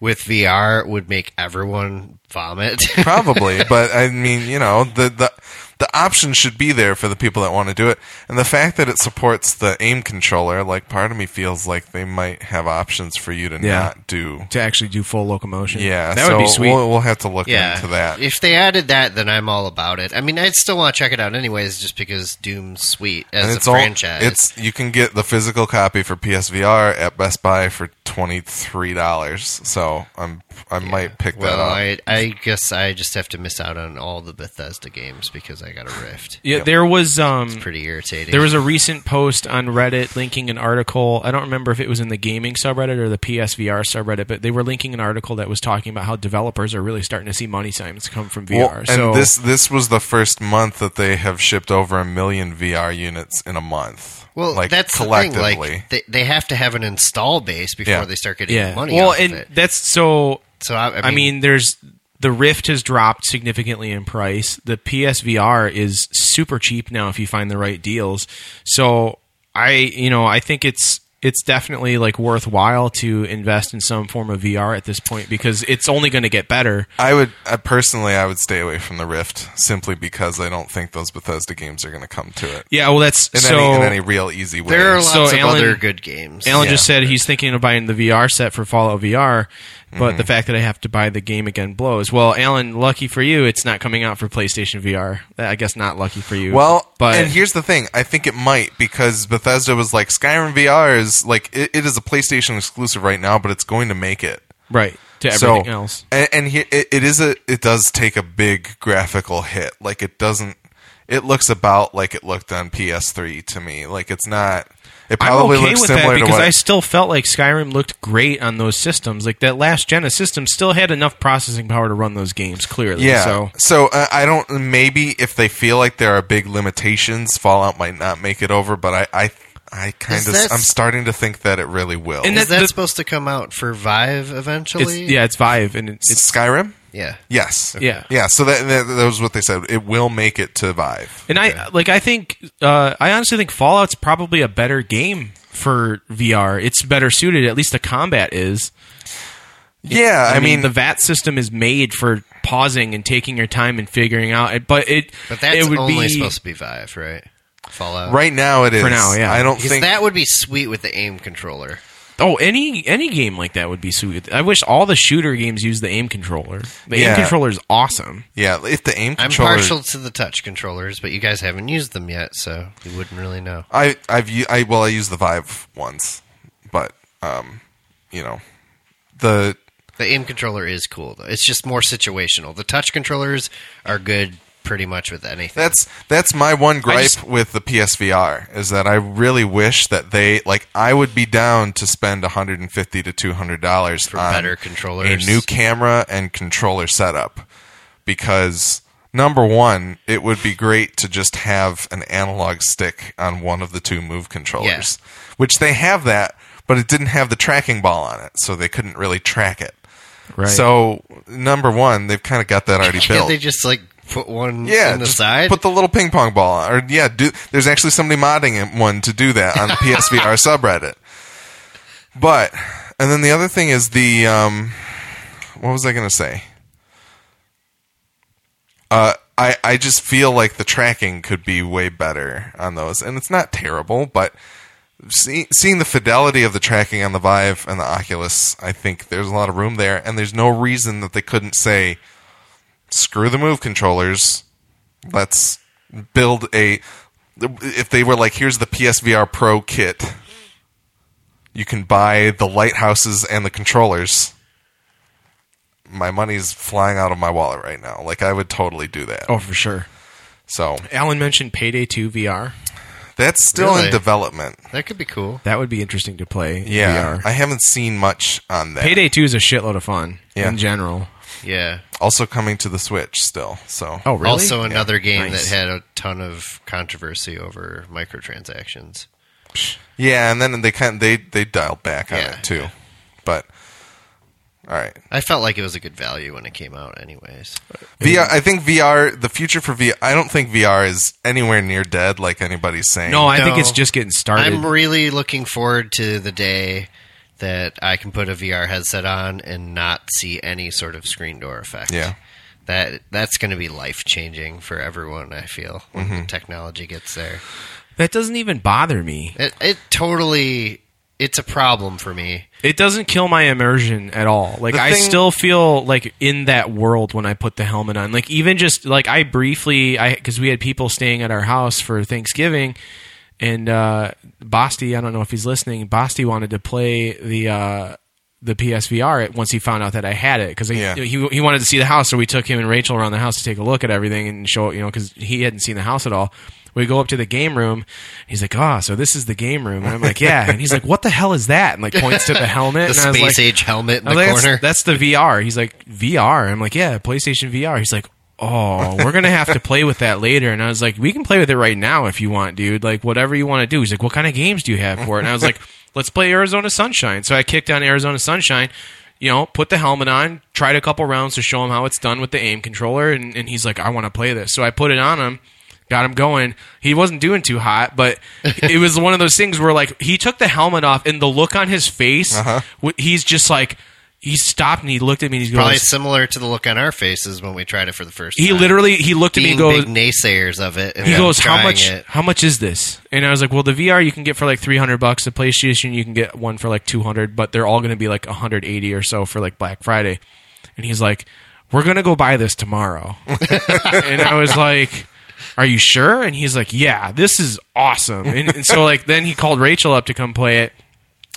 Speaker 3: with VR would make everyone vomit.
Speaker 1: probably but i mean you know the, the the option should be there for the people that want to do it and the fact that it supports the aim controller like part of me feels like they might have options for you to
Speaker 2: Yeah.
Speaker 1: not do
Speaker 2: To actually do full locomotion,
Speaker 1: yeah
Speaker 2: that
Speaker 1: so
Speaker 2: would be sweet.
Speaker 1: we'll, we'll have to look
Speaker 3: yeah,
Speaker 1: into that
Speaker 3: If they added that, then I'm all about it. I mean, I'd still want to check it out anyways, just because Doom's sweet as
Speaker 1: and
Speaker 3: a
Speaker 1: it's all
Speaker 3: franchise.
Speaker 1: it's you can get the physical copy for PSVR at Best Buy for twenty three dollars. So I'm I might pick
Speaker 3: well,
Speaker 1: that up.
Speaker 3: I, I guess I just have to miss out on all the Bethesda games because I got a Rift.
Speaker 2: yeah, there was um,
Speaker 3: Pretty irritating.
Speaker 2: There was a recent post on Reddit linking an article. I don't remember if it was in the gaming subreddit or the PSVR subreddit, but they were linking an article that was talking about how developers are really starting to see money signs come from VR.
Speaker 1: Well, and
Speaker 2: so
Speaker 1: this this was the first month that they have shipped over a million VR units in a month.
Speaker 3: well,
Speaker 1: like
Speaker 3: that's
Speaker 1: collectively.
Speaker 3: the thing. Like they, they have to have an install base before
Speaker 1: Yeah.
Speaker 3: they start getting
Speaker 2: yeah,
Speaker 3: money
Speaker 2: well,
Speaker 3: off
Speaker 2: and
Speaker 3: of it.
Speaker 2: that's so.
Speaker 3: So I, I mean,
Speaker 2: I mean, there's The Rift has dropped significantly in price. The PSVR is super cheap now if you find the right deals. So I, you know, I think it's it's definitely like worthwhile to invest in some form of VR at this point because it's only going to get better.
Speaker 1: I would I personally I would stay away from the Rift simply because I don't think those Bethesda games are going to come to it
Speaker 2: Yeah, well, that's
Speaker 1: in,
Speaker 2: so.
Speaker 1: any, in any real easy way.
Speaker 3: There are lots
Speaker 2: So
Speaker 3: of
Speaker 2: Alan-
Speaker 3: other good games.
Speaker 2: Alan just said he's thinking of buying the VR set for Fallout VR, but
Speaker 1: Mm-hmm.
Speaker 2: the fact that I have to buy the game again blows. Well, Alan, lucky for you, it's not coming out for PlayStation VR. I guess not lucky for you.
Speaker 1: Well,
Speaker 2: but
Speaker 1: and here's the thing: I think it might because Bethesda was like Skyrim VR is like it, it is a PlayStation exclusive right now, but it's going to make it.
Speaker 2: right to everything
Speaker 1: so,
Speaker 2: else.
Speaker 1: and, and he, it, it is a it does take a big graphical hit. Like it doesn't. It looks about like it looked on PS3 to me. Like it's not. It probably
Speaker 2: I'm okay
Speaker 1: looks
Speaker 2: with
Speaker 1: similar
Speaker 2: that
Speaker 1: to
Speaker 2: because
Speaker 1: what
Speaker 2: I still felt like Skyrim looked great on those systems. Like that last gen of systems still had enough processing power to run those games. Clearly,
Speaker 1: Yeah.
Speaker 2: So
Speaker 1: uh, I don't. Maybe if they feel like there are big limitations, Fallout might not make it over. But I, I, I kind
Speaker 3: Is
Speaker 1: of.
Speaker 3: that-
Speaker 1: I'm starting to think that it really will.
Speaker 2: And
Speaker 3: Is
Speaker 2: that-
Speaker 3: that
Speaker 2: the-
Speaker 3: supposed to come out for
Speaker 2: it's
Speaker 3: Vive eventually?
Speaker 2: yeah, it's Vive and it's,
Speaker 1: it's Skyrim.
Speaker 3: Yeah.
Speaker 1: Yes.
Speaker 2: Yeah.
Speaker 1: Yeah. So that, that that was what they said. It will make it to Vive.
Speaker 2: And I like I think uh, I honestly think Fallout's probably a better game for VR. It's better suited, at least the combat is.
Speaker 1: Yeah. I, mean,
Speaker 2: the VAT system is made for pausing and taking your time and figuring out. it- But it
Speaker 3: But that's
Speaker 2: it would
Speaker 3: only
Speaker 2: be,
Speaker 3: supposed to be Vive, right? Fallout.
Speaker 1: right now it is.
Speaker 2: now, yeah.
Speaker 1: I don't
Speaker 3: Because
Speaker 1: think
Speaker 3: that would be sweet with the aim controller.
Speaker 2: oh any any game like that would be sweet. I wish all the shooter games use the aim controller. The aim
Speaker 1: Yeah.
Speaker 2: controller is awesome.
Speaker 1: Yeah, if the aim
Speaker 3: I'm
Speaker 1: controller.
Speaker 3: partial to the touch controllers, but you guys haven't used them yet, so you wouldn't really know.
Speaker 1: I I've u- I well I used the Vive once, but um, you know, the
Speaker 3: The aim controller is cool, though. It's just more situational. The touch controllers are good pretty much with anything.
Speaker 1: That's that's my one gripe
Speaker 2: just-
Speaker 1: with the PSVR is that I really wish that they like I would be down to spend 150 to 200 dollars for
Speaker 3: better controllers.
Speaker 1: a new camera and controller setup because number 1 it would be great to just have an analog stick on one of the two move controllers which they have that but it didn't have the tracking ball on it so they couldn't really track it.
Speaker 2: Right.
Speaker 1: So number 1 they've kind of got that already
Speaker 3: Can't
Speaker 1: built
Speaker 3: they just like put one
Speaker 1: yeah,
Speaker 3: on the
Speaker 1: just
Speaker 3: side?
Speaker 1: Put the little ping pong ball on. Or yeah, do, there's actually somebody modding it- one to do that on the PSVR subreddit. But and then the other thing is the um, what was I going to say? Uh, I I just feel like the tracking could be way better on those, and it's not terrible, but. See, seeing the fidelity of the tracking on the Vive and the Oculus, I think there's a lot of room there, and there's no reason that they couldn't say, "Screw the move controllers, let's build a if they were like here's the PSVR Pro kit you can buy the lighthouses and the controllers my money's flying out of my wallet right now like I would totally do that
Speaker 2: Oh, for sure.
Speaker 1: so
Speaker 2: Alan mentioned Payday 2 VR.
Speaker 1: that's still
Speaker 3: Really?
Speaker 1: in development
Speaker 3: that could be cool.
Speaker 2: That would be interesting to play. in
Speaker 1: yeah
Speaker 2: VR.
Speaker 1: I haven't seen much on that
Speaker 2: Payday 2 is a shitload of fun
Speaker 1: Yeah.
Speaker 2: in general.
Speaker 3: Yeah.
Speaker 1: also coming to the Switch still so
Speaker 2: Oh, really?
Speaker 3: Also, another game
Speaker 2: Nice.
Speaker 3: that had a ton of controversy over microtransactions.
Speaker 1: yeah and then they kind they they dialed back on
Speaker 3: Yeah,
Speaker 1: it too but all right
Speaker 3: I felt like it was a good value when it came out, anyways.
Speaker 1: VR, I think VR, the future for VR, I don't think VR is anywhere near dead like anybody's saying.
Speaker 2: No, I think
Speaker 3: No.
Speaker 2: it's just getting started.
Speaker 3: I'm really looking forward to the day that I can put a VR headset on and not see any sort of screen door effect.
Speaker 1: Yeah.
Speaker 3: That that's going to be life changing for everyone. I feel when
Speaker 2: Mm-hmm.
Speaker 3: the technology gets there,
Speaker 2: that doesn't even bother me.
Speaker 3: it it totally it's a problem for me.
Speaker 2: It doesn't kill my immersion at all. Like
Speaker 1: The
Speaker 2: I
Speaker 1: thing-
Speaker 2: still feel like in that world when I put the helmet on. Like even just like I briefly I cuz we had people staying at our house for Thanksgiving and uh Basti, I don't know if he's listening, Basti wanted to play the uh the PSVR once he found out that I had it because he,
Speaker 1: Yeah.
Speaker 2: he he wanted to see the house, so we took him and Rachel around the house to take a look at everything and show you know because he hadn't seen the house at all. We go up to the game room. He's like, "Ah, so this is the game room." And I'm like, "Yeah." And he's like, "What the hell is that?" And like points to the helmet.
Speaker 3: The
Speaker 2: and I was
Speaker 3: space
Speaker 2: like,
Speaker 3: age helmet in
Speaker 2: I
Speaker 3: the
Speaker 2: was like,
Speaker 3: corner.
Speaker 2: That's, that's the VR. He's like, VR. I'm like, yeah, PlayStation VR. He's like, oh, we're gonna have to play with that later. And I was like, we can play with it right now if you want, dude. Like, whatever you want to do. He's like, what kind of games do you have for it? And I was like, let's play Arizona Sunshine. So I kicked on Arizona Sunshine. you know, put the helmet on, tried a couple rounds to show him how it's done with the aim controller, and, and he's like, I want to play this. So I put it on him, got him going. He wasn't doing too hot, but it was one of those things where, like, he took the helmet off, and the look on his face,
Speaker 3: Uh-huh.
Speaker 2: wh- he's just like, he stopped and he looked at me and he's
Speaker 3: Probably
Speaker 2: going,
Speaker 3: similar to the look on our faces when we tried it for the first
Speaker 2: he
Speaker 3: time.
Speaker 2: literally, he looked at me
Speaker 3: being
Speaker 2: and goes,
Speaker 3: big naysayers of it. And
Speaker 2: he
Speaker 3: then
Speaker 2: goes, "How
Speaker 3: trying
Speaker 2: much?
Speaker 3: it."
Speaker 2: How much is this?" And I was like, "Well, the VR you can get for like three hundred bucks. The PlayStation you can get one for like two hundred, but they're all going to be like hundred eighty or so for like Black Friday." And he's like, "We're going to go buy this tomorrow." and I was like, "Are you sure?" And he's like, "Yeah, this is awesome." And, and so like then he called Rachel up to come play it.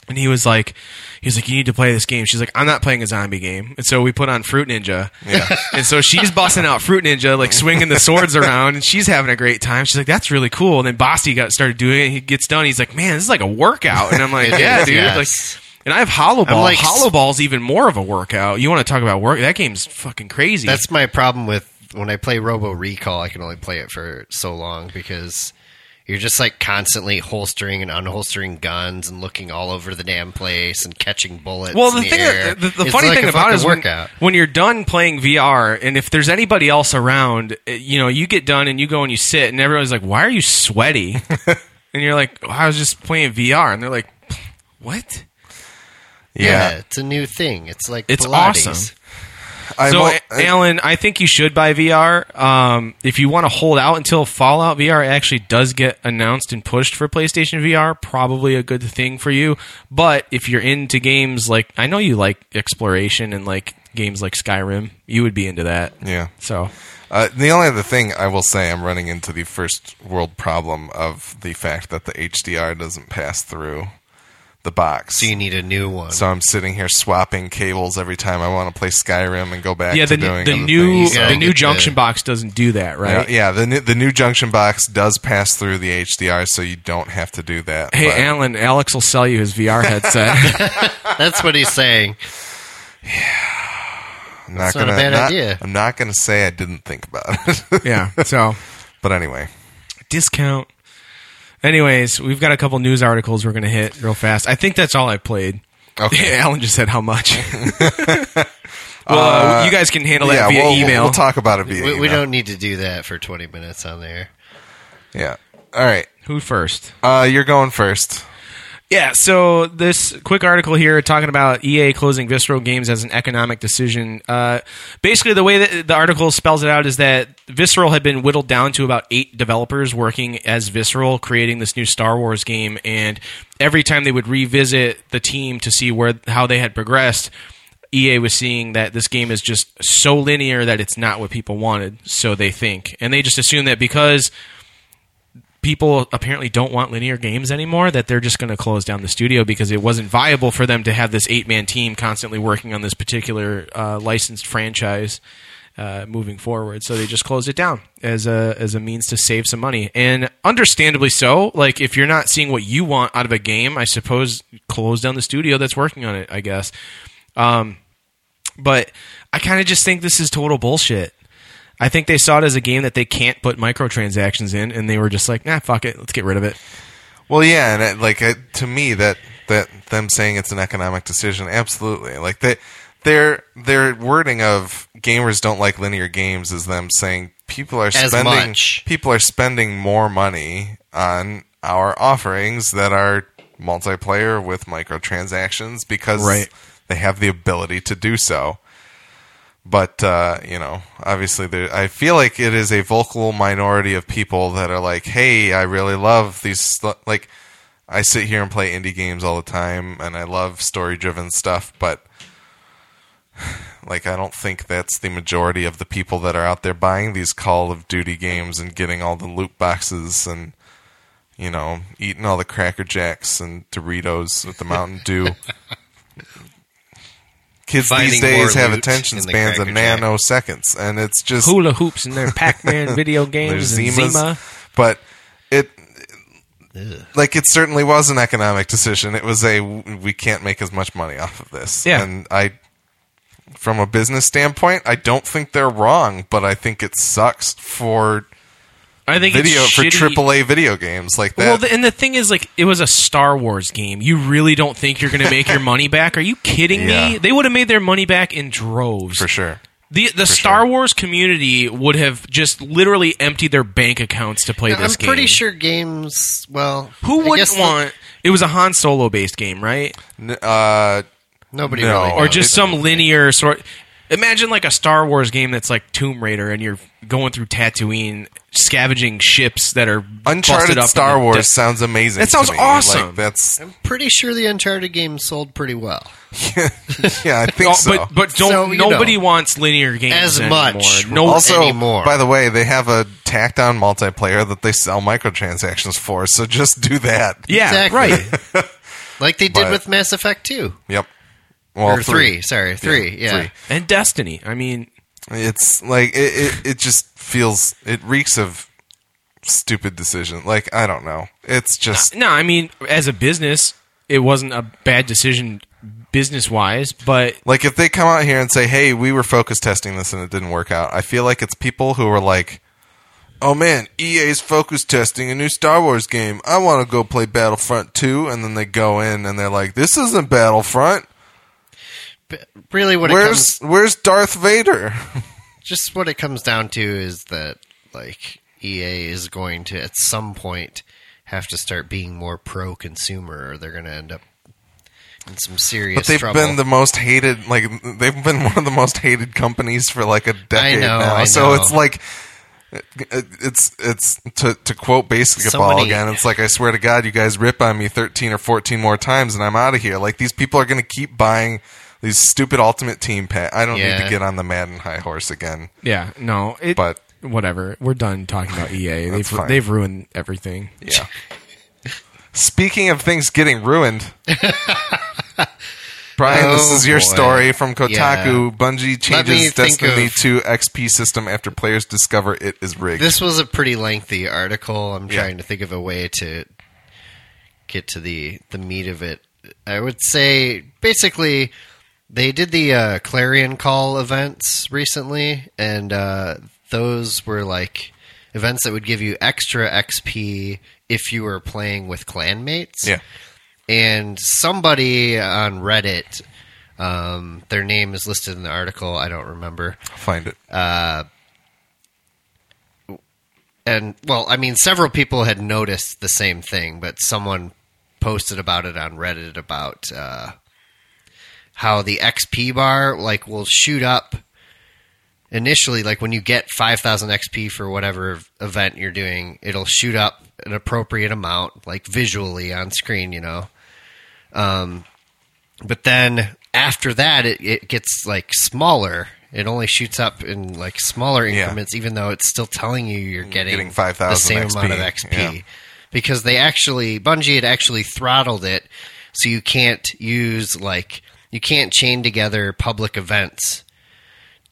Speaker 2: And he was like, he's like, you need to play this game. She's like, I'm not playing a zombie game. And so we put on Fruit Ninja. Yeah. And so she's busting out Fruit Ninja, like swinging the swords around, and she's having a great time. She's like, that's really cool. And then Bossy got started doing it. And he gets done. He's like, man, this is like a workout. And I'm like,
Speaker 3: It
Speaker 2: yeah,
Speaker 3: is,
Speaker 2: dude.
Speaker 3: yes.
Speaker 2: Like, and I have Hollow Ball.
Speaker 3: like-
Speaker 2: Hollow Ball's even more of a workout. You want to talk about work? That game's fucking crazy.
Speaker 3: That's my problem with when I play Robo Recall. I can only play it for so long because you're just like constantly holstering and unholstering guns and looking all over the damn place and catching bullets.
Speaker 2: Well,
Speaker 3: in
Speaker 2: the thing,
Speaker 3: air.
Speaker 2: that, the, the
Speaker 3: It's
Speaker 2: funny
Speaker 3: like
Speaker 2: thing
Speaker 3: a
Speaker 2: about it
Speaker 3: fucking
Speaker 2: is when,
Speaker 3: workout.
Speaker 2: when you're done playing VR, and if there's anybody else around, eh, you know, you get done and you go and you sit, and everyone's like, "Why are you sweaty?" and you're like, "Oh, "I was just playing VR," and they're like, "What?"
Speaker 3: yeah.
Speaker 1: yeah.
Speaker 3: it's a new thing. It's like
Speaker 2: It's
Speaker 3: Pilates.
Speaker 2: awesome.
Speaker 1: I
Speaker 2: so,
Speaker 1: mo-
Speaker 2: A- Alan, I think you should buy VR. Um, if you want to hold out until Fallout VR actually does get announced and pushed for PlayStation VR, probably a good thing for you. But if you're into games like I know you like exploration and like games like Skyrim, you would be into that.
Speaker 1: yeah.
Speaker 2: So
Speaker 1: Uh, the only other thing I will say, I'm running into the first world problem of the fact that the HDR doesn't pass through the box.
Speaker 3: So you need a new one.
Speaker 1: So I'm sitting here swapping cables every time I want to play Skyrim and go back
Speaker 2: yeah,
Speaker 1: to
Speaker 2: the,
Speaker 1: doing
Speaker 2: the
Speaker 1: other
Speaker 2: new
Speaker 1: things, so-
Speaker 2: the
Speaker 3: gotta
Speaker 2: new
Speaker 3: get
Speaker 2: junction
Speaker 3: the-
Speaker 2: box doesn't do
Speaker 1: Yeah,
Speaker 2: that, right?
Speaker 1: yeah, the new, the new junction box does pass through the HDR, so you don't have to do that.
Speaker 2: Hey,
Speaker 1: but-
Speaker 2: Alan, Alex will sell you his VR headset.
Speaker 3: That's what he's saying.
Speaker 1: I'm not
Speaker 3: That's not a bad idea.
Speaker 1: I'm not going to say I didn't think about it.
Speaker 2: yeah. So
Speaker 1: but anyway,
Speaker 2: discount. Anyways, we've got a couple news articles we're gonna hit real fast. I think that's all I played.
Speaker 1: Okay.
Speaker 2: Alan just said how much. well, uh, you guys can handle that
Speaker 1: yeah,
Speaker 2: via
Speaker 1: we'll, we'll-
Speaker 2: email.
Speaker 1: We'll talk about it via
Speaker 3: We, we
Speaker 1: email.
Speaker 3: don't need to do that for 20 minutes on there.
Speaker 1: Yeah. All right.
Speaker 2: Who first?
Speaker 1: Uh, you're going first.
Speaker 2: Yeah, so this quick article here talking about EA closing Visceral Games as an economic decision. Uh, basically, the way that the article spells it out is that Visceral had been whittled down to about eight developers working as Visceral, creating this new Star Wars game. And every time they would revisit the team to see where how they had progressed, EA was seeing that this game is just so linear that it's not what people wanted. So they think, and they just assume that because people apparently don't want linear games anymore that they're just going to close down the studio because it wasn't viable for them to have this eight man team constantly working on this particular uh, licensed franchise uh, moving forward so they just closed it down as a as a means to save some money and understandably so like if you're not seeing what you want out of a game i suppose close down the studio that's working on it i guess Um, but I kind of just think this is total bullshit. I think they saw it as a game that they can't put microtransactions in, and they were just like, "Nah, fuck it, let's get rid of it."
Speaker 1: Well, yeah, and it, like it, to me, that that them saying it's an economic decision, absolutely. Like they, their their wording of gamers don't like linear games is them saying people are
Speaker 3: As
Speaker 1: spending
Speaker 3: much.
Speaker 1: people are spending more money on our offerings that are multiplayer with microtransactions because
Speaker 2: Right.
Speaker 1: they have the ability to do so. But uh, you know, obviously, there, I feel like it is a vocal minority of people that are like, "Hey, I really love these." sl- Like, I sit here and play indie games all the time, and I love story-driven stuff. But like, I don't think that's the majority of the people that are out there buying these Call of Duty games and getting all the loot boxes and you know, eating all the Cracker Jacks and Doritos with the Mountain Dew. Kids
Speaker 3: Finding
Speaker 1: these days
Speaker 3: more
Speaker 1: have
Speaker 3: loot
Speaker 1: attention
Speaker 3: in the
Speaker 1: spans of
Speaker 3: Cracker Jack.
Speaker 1: nanoseconds, and it's just
Speaker 2: Hula hoops and their Pac-Man video games
Speaker 1: there's Zimas,
Speaker 2: and Zima.
Speaker 1: but it. Like it certainly was an economic decision. It was a we can't make as much money off of this.
Speaker 2: Yeah.
Speaker 1: and I, from a business standpoint, I don't think they're wrong, but I think it sucks for
Speaker 2: I think
Speaker 1: video
Speaker 2: it's
Speaker 1: for
Speaker 2: shitty-
Speaker 1: AAA video games like that.
Speaker 2: Well, the, and the thing is, like, it was a Star Wars game. You really don't think you're going to make your money back? Are you kidding me?
Speaker 1: Yeah.
Speaker 2: They would have made their money back in droves.
Speaker 1: for sure.
Speaker 2: The the Star Wars community would have just literally emptied their bank accounts to play
Speaker 3: I'm
Speaker 2: this game.
Speaker 3: pretty sure games. Well, I
Speaker 2: Who
Speaker 3: guess
Speaker 2: wouldn't
Speaker 3: the-
Speaker 2: want? It was a Han Solo based game, right?
Speaker 1: N- uh,
Speaker 3: nobody
Speaker 1: No.
Speaker 3: really
Speaker 1: Or
Speaker 2: Or
Speaker 3: knows.
Speaker 2: just some linear sort. Imagine like a Star Wars game that's like Tomb Raider, and you're going through Tatooine, scavenging ships that are busted
Speaker 1: Uncharted
Speaker 2: up in
Speaker 1: Star
Speaker 2: the
Speaker 1: Wars
Speaker 2: de-
Speaker 1: sounds amazing.
Speaker 2: That sounds
Speaker 1: to me.
Speaker 2: awesome.
Speaker 1: Like, that's
Speaker 3: I'm pretty sure the Uncharted game sold pretty well.
Speaker 1: yeah, I think
Speaker 2: Oh,
Speaker 1: so.
Speaker 2: But but don't
Speaker 3: So, you
Speaker 2: nobody
Speaker 3: know.
Speaker 2: wants linear games
Speaker 3: As
Speaker 2: anymore.
Speaker 3: much.
Speaker 2: No,
Speaker 3: Also- anymore.
Speaker 1: more. by the way, they have a tacked on multiplayer that they sell microtransactions for. So just do that.
Speaker 2: yeah,
Speaker 3: Exactly.
Speaker 2: right.
Speaker 3: Like they did
Speaker 1: But-
Speaker 3: with Mass Effect 2.
Speaker 1: Yep. Well,
Speaker 3: or 3, sorry, 3. Yeah.
Speaker 1: three.
Speaker 2: And Destiny. I mean,
Speaker 1: It's like it, it. It just feels. It reeks of stupid decision. Like I don't know. It's just
Speaker 2: No, I mean, as a business, it wasn't a bad decision business wise, but
Speaker 1: Like if they come out here and say, "Hey, we were focus testing this and it didn't work out," I feel like it's people who are like, "Oh man, EA's focus testing a new Star Wars game. I want to go play Battlefront 2." And then they go in and they're like, "This isn't Battlefront.
Speaker 3: But really what it
Speaker 1: Where's
Speaker 3: comes
Speaker 1: where's Darth Vader?"
Speaker 3: just what it comes down to is that like EA is going to at some point have to start being more pro consumer or they're going to end up in some serious
Speaker 1: But they've
Speaker 3: trouble.
Speaker 1: been the most hated like they've been one of the most hated companies for like a decade
Speaker 3: know,
Speaker 1: now.
Speaker 3: I
Speaker 1: So
Speaker 3: know.
Speaker 1: it's like it- it's it's to to quote Basketball
Speaker 3: Somebody-
Speaker 1: again. It's like I swear to God, you guys rip on me thirteen or fourteen more times, and I'm out of here. Like these people are going to keep buying these stupid Ultimate Team pack. I don't need
Speaker 3: Yeah.
Speaker 1: to get on the Madden high horse again.
Speaker 2: yeah, no, it,
Speaker 1: But-
Speaker 2: whatever. We're done talking about EA. they've
Speaker 1: fine.
Speaker 2: they've ruined everything.
Speaker 1: Yeah. Speaking of things getting ruined, Brian, this
Speaker 3: Oh,
Speaker 1: is your
Speaker 3: boy.
Speaker 1: story from Kotaku.
Speaker 3: Yeah.
Speaker 1: Bungie
Speaker 3: Let me
Speaker 1: changes
Speaker 3: think
Speaker 1: Destiny
Speaker 3: of-
Speaker 1: to XP system after players discover it is rigged.
Speaker 3: this was a pretty lengthy article. I'm
Speaker 1: Yeah.
Speaker 3: trying to think of a way to get to the the meat of it. I would say basically they did the uh, clarion call events recently, and uh, those were like events that would give you extra XP if you were playing with clanmates
Speaker 1: yeah.
Speaker 3: and somebody on Reddit, um, their name is listed in the article. I don't remember.
Speaker 1: I'll find it.
Speaker 3: and well, I mean, several people had noticed the same thing, but someone posted about it on Reddit about uh, how the XP bar like will shoot up initially, like when you get five thousand XP for whatever v- event you're doing, it'll shoot up an appropriate amount, like visually on screen, you know. Um, but then after that, it, it gets like smaller. It only shoots up in like smaller increments, even though it's still telling you you're getting
Speaker 1: getting
Speaker 3: the
Speaker 1: 5,000
Speaker 3: same amount of
Speaker 1: XP,
Speaker 3: XP
Speaker 1: yeah.
Speaker 3: because they actually Bungie had actually throttled it, so you can't use like you can't chain together public events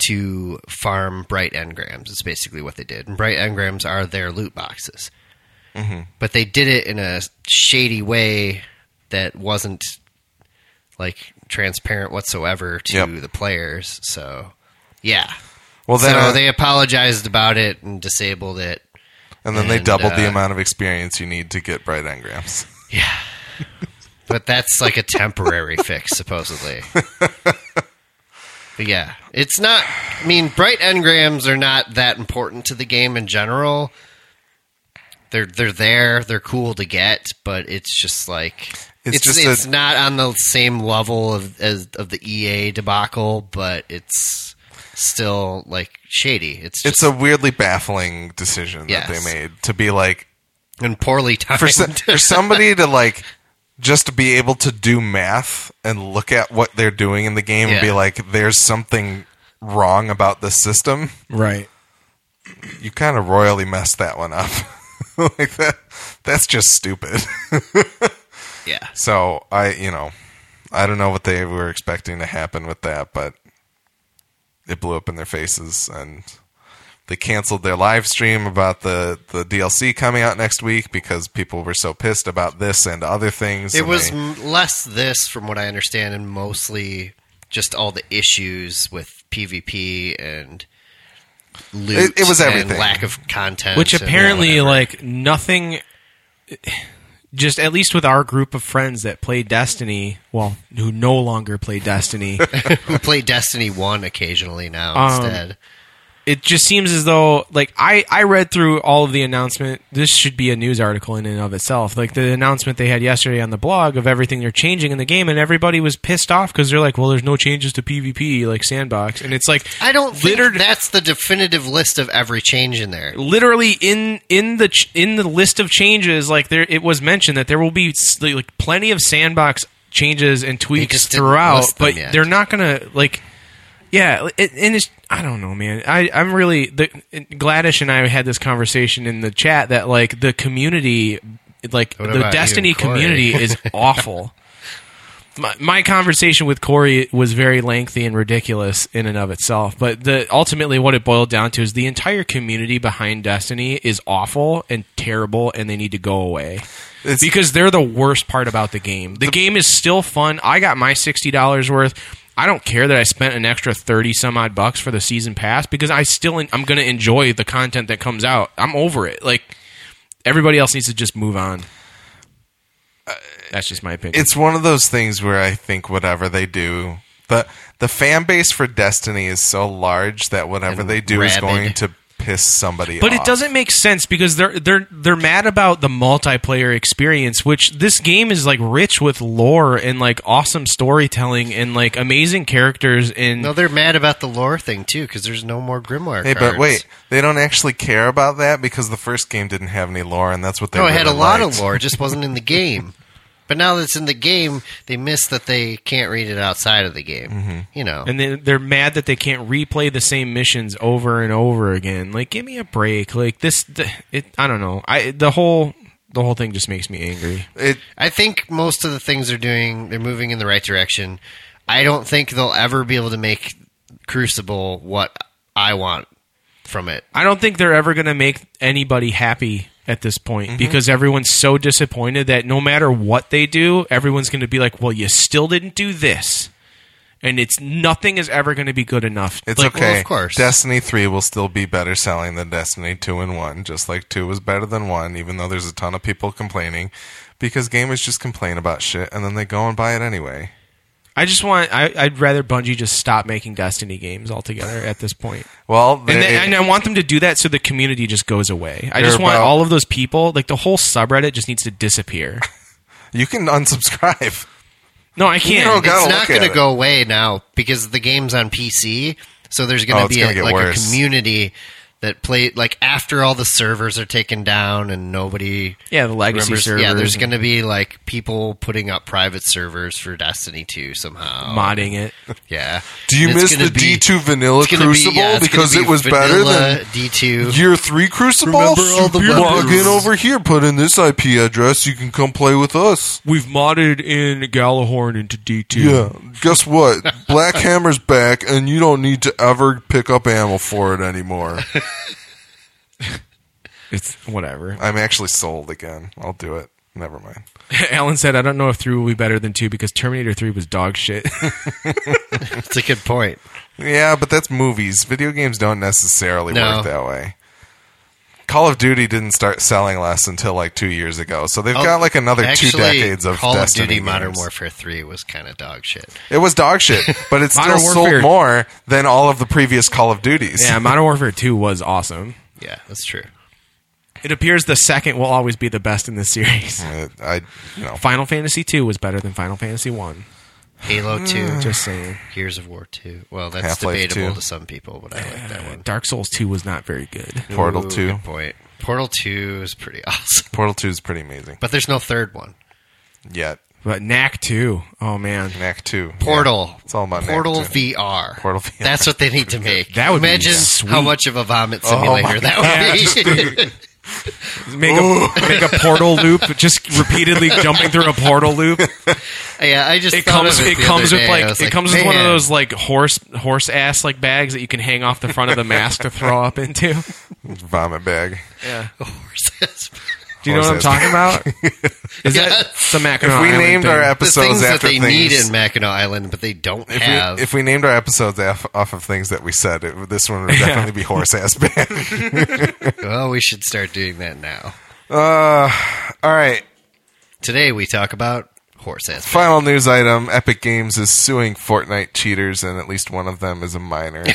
Speaker 3: to farm bright engrams. Is basically what they did, and bright engrams are their loot boxes.
Speaker 1: Mm-hmm.
Speaker 3: But they did it in a shady way that wasn't like transparent whatsoever to
Speaker 1: Yep.
Speaker 3: the players. So, yeah.
Speaker 1: Well, then,
Speaker 3: so
Speaker 1: uh,
Speaker 3: they apologized about it and disabled it.
Speaker 1: and then they
Speaker 3: and,
Speaker 1: doubled the
Speaker 3: uh,
Speaker 1: amount of experience you need to get bright engrams.
Speaker 3: But that's like a temporary fix, supposedly. But yeah, it's not. I mean, bright engrams are not that important to the game in general. They're they're there. They're cool to get, but it's just like
Speaker 1: It's
Speaker 3: it's
Speaker 1: just a-
Speaker 3: it's not on the same level of as of the EA debacle, but it's still like shady. It's just
Speaker 1: It's a weirdly baffling decision
Speaker 3: Yes.
Speaker 1: that they made to be like
Speaker 3: and poorly timed.
Speaker 1: for, so- for somebody to like just to be able to do math and look at what they're doing in the game and be
Speaker 3: Yeah.
Speaker 1: like there's something wrong about the system
Speaker 2: Right.
Speaker 1: you kind of royally messed that one up like that that's just stupid
Speaker 3: yeah,
Speaker 1: so i you know i don't know what they were expecting to happen with that but it blew up in their faces and they canceled their live stream about the, the DLC coming out next week because people were so pissed about this and other things.
Speaker 3: It
Speaker 1: and
Speaker 3: was
Speaker 1: they-
Speaker 3: m less this, from what I understand, and mostly just all the issues with PvP and loot
Speaker 1: It- it was
Speaker 3: and
Speaker 1: everything.
Speaker 3: lack of content,
Speaker 2: which
Speaker 3: and
Speaker 2: apparently
Speaker 3: whatever.
Speaker 2: like nothing just at least with our group of friends that played destiny well who no longer play destiny
Speaker 3: we play Destiny One occasionally now
Speaker 2: Um,
Speaker 3: instead.
Speaker 2: it just seems as though like I, I read through all of the announcement this should be a news article in and of itself like the announcement they had yesterday on the blog of everything they're changing in the game and everybody was pissed off because they're like well there's no changes to pvp like sandbox and it's like
Speaker 3: I don't think
Speaker 2: littered-
Speaker 3: that's the definitive list of every change in there.
Speaker 2: literally in in the ch- in the list of changes like there it was mentioned that there will be s- like plenty of sandbox changes and tweaks
Speaker 3: just didn't
Speaker 2: throughout
Speaker 3: list them
Speaker 2: but
Speaker 3: yet.
Speaker 2: they're not gonna like yeah it, and it's i don't know man i i'm really the gladys and i had this conversation in the chat that like the community like
Speaker 3: What
Speaker 2: the
Speaker 3: about you,
Speaker 2: destiny
Speaker 3: Corey?
Speaker 2: community is awful my, my conversation with Corey was very lengthy and ridiculous in and of itself, but the ultimately what it boiled down to is the entire community behind Destiny is awful and terrible, and they need to go away
Speaker 1: It's-
Speaker 2: because they're the worst part about the game. The, game is still fun. I got my sixty dollars worth. I don't care that I spent an extra thirty some odd bucks for the season pass because I still en- I'm going to enjoy the content that comes out. I'm over it. Like everybody else needs to just move on. That's just my opinion.
Speaker 1: it's one of those things where I think whatever they do, the the fan base for Destiny is so large that whatever
Speaker 3: And
Speaker 1: they do is
Speaker 3: rabid.
Speaker 1: going to piss somebody
Speaker 2: But
Speaker 1: off.
Speaker 2: it doesn't make sense because they're they're they're mad about the multiplayer experience, which this game is like rich with lore and like awesome storytelling and like amazing characters and
Speaker 3: No, they're mad about the lore thing too because there's no more Grimoire.
Speaker 1: Hey,
Speaker 3: cards.
Speaker 1: but wait, they don't actually care about that because the first game didn't have any lore, and that's what they.
Speaker 3: No, it
Speaker 1: really
Speaker 3: had a lot
Speaker 1: liked.
Speaker 3: of lore. It just wasn't in the game. But now that it's in the game, they miss that they can't read it outside of the game.
Speaker 1: Mm-hmm.
Speaker 3: You know,
Speaker 2: and they, they're mad that they can't replay the same missions over and over again. Like, give me a break. Like this, th- it. I don't know. I the whole the whole thing just makes me angry.
Speaker 1: It
Speaker 3: I think most of the things they're doing, they're moving in the right direction. I don't think they'll ever be able to make Crucible what I want from it.
Speaker 2: I don't think they're ever going to make anybody happy at this point because everyone's so disappointed that no matter what they do, everyone's going to be like, "Well, you still didn't do this." And it's nothing is ever going to be good enough.
Speaker 1: it's
Speaker 2: Like,
Speaker 1: okay.
Speaker 3: well, of course.
Speaker 1: Destiny three will still be better selling than Destiny two and one, just like two was better than one, even though there's a ton of people complaining, because gamers just complain about shit and then they go and buy it anyway.
Speaker 2: I just want. I, I'd rather Bungie just stop making Destiny games altogether at this point.
Speaker 1: Well,
Speaker 2: and,
Speaker 1: they-
Speaker 2: then, and I want them to do that so the community just goes away. I
Speaker 1: You're
Speaker 2: just want
Speaker 1: about-
Speaker 2: all of those people, like the whole subreddit, just needs to disappear.
Speaker 1: you can unsubscribe.
Speaker 2: No, I
Speaker 1: You don't
Speaker 2: can't.
Speaker 1: gotta
Speaker 3: it's
Speaker 1: look
Speaker 3: not
Speaker 1: at
Speaker 3: going
Speaker 1: it.
Speaker 3: to go away now because the game's on PC. So there's going to
Speaker 1: Oh, it's
Speaker 3: be
Speaker 1: gonna
Speaker 3: a,
Speaker 1: get
Speaker 3: like a
Speaker 1: worse.
Speaker 3: community that play like after all the servers are taken down and nobody
Speaker 2: Yeah, the legacy
Speaker 3: remembers-
Speaker 2: servers.
Speaker 3: Yeah, there's
Speaker 2: and
Speaker 3: going to be like people putting up private servers for Destiny 2 somehow.
Speaker 2: modding it.
Speaker 3: Yeah.
Speaker 1: Do you
Speaker 3: And it's
Speaker 1: miss
Speaker 3: gonna
Speaker 1: the
Speaker 3: be-
Speaker 1: D2 vanilla
Speaker 3: it's gonna be-
Speaker 1: crucible
Speaker 3: yeah, it's gonna
Speaker 1: because
Speaker 3: be
Speaker 1: it was better
Speaker 3: vanilla
Speaker 1: than
Speaker 3: D2.
Speaker 1: year three crucible?
Speaker 3: Remember all the
Speaker 1: You log
Speaker 3: weapons.
Speaker 1: in over here, put in this IP address, you can come play with us.
Speaker 2: We've modded in Galahorn into D2.
Speaker 1: Yeah. Guess what? Black Hammer's back, and you don't need to ever pick up ammo for it anymore.
Speaker 2: It's whatever.
Speaker 1: I'm actually sold again. I'll do it. Never mind.
Speaker 2: Alan said, I don't know if 3 will be better than 2 because Terminator 3 was dog shit.
Speaker 3: That's a good point.
Speaker 1: Yeah, but that's movies. Video games don't necessarily
Speaker 3: No.
Speaker 1: work that way. Call of Duty didn't start selling less until like two years ago, so they've got like another
Speaker 3: Oh, Actually,
Speaker 1: two decades of
Speaker 3: Call
Speaker 1: Destiny
Speaker 3: of Duty
Speaker 1: games.
Speaker 3: Modern Warfare 3 was kind of dog shit.
Speaker 1: It was dog shit, but it still
Speaker 2: Modern Warfare-
Speaker 1: sold more than all of the previous Call of Duties.
Speaker 2: yeah, Modern Warfare 2 was awesome.
Speaker 3: Yeah, that's true.
Speaker 2: It appears the second will always be the best in this series.
Speaker 1: Uh, I, you know,
Speaker 2: Final Fantasy 2 was better than Final Fantasy 1.
Speaker 3: Halo 2,
Speaker 2: Just saying.
Speaker 3: Gears of War 2. Well, that's
Speaker 1: Half-Life
Speaker 3: debatable
Speaker 1: 2.
Speaker 3: to some people, but I like that one.
Speaker 2: Dark Souls 2 was not very good.
Speaker 1: Portal
Speaker 3: Ooh,
Speaker 1: Two.
Speaker 3: good point. Portal 2 is pretty awesome.
Speaker 1: Portal Two is pretty amazing.
Speaker 3: But there's no third one.
Speaker 1: Yet
Speaker 2: But Knack 2. Oh, man.
Speaker 1: Knack Two, yeah.
Speaker 3: Portal.
Speaker 1: it's all about Knack
Speaker 3: Portal
Speaker 1: 2.
Speaker 3: VR.
Speaker 1: Portal VR.
Speaker 3: That's what they need to make.
Speaker 2: That would be
Speaker 3: Imagine
Speaker 2: sweet. Oh
Speaker 3: how much of a vomit
Speaker 1: my
Speaker 3: simulator that would be.
Speaker 2: Make
Speaker 3: Oh.
Speaker 2: a, make a portal loop, just repeatedly jumping through a portal loop.
Speaker 3: yeah, I just
Speaker 2: It
Speaker 3: thought
Speaker 2: comes.
Speaker 3: Of it,
Speaker 2: It
Speaker 3: the
Speaker 2: comes
Speaker 3: other
Speaker 2: with
Speaker 3: day. I
Speaker 2: like.
Speaker 3: was
Speaker 2: It comes with one of
Speaker 3: "Man,
Speaker 2: those like horse horse ass like bags that you can hang off the front of the mask to throw up into.
Speaker 3: Oh,
Speaker 1: Vomit Bag,
Speaker 2: Yeah.
Speaker 3: horses.
Speaker 2: Do you know what I'm
Speaker 1: Horse ass
Speaker 2: talking about? Is that
Speaker 3: Yes.
Speaker 2: the Mackinac
Speaker 1: If we
Speaker 2: Island
Speaker 1: named
Speaker 2: thing.
Speaker 1: our
Speaker 3: The
Speaker 1: episodes
Speaker 3: things that
Speaker 1: after
Speaker 3: they
Speaker 1: things,
Speaker 3: need in Mackinac Island, but they don't
Speaker 1: if,
Speaker 3: have.
Speaker 1: we, if we named our episodes af- off of things that we said, it, this one would definitely be horse ass band.
Speaker 3: well, we should start doing that now.
Speaker 1: All right,
Speaker 3: Today we talk about horse ass.
Speaker 1: final news item: Epic Games is suing Fortnite cheaters, and at least one of them is a minor.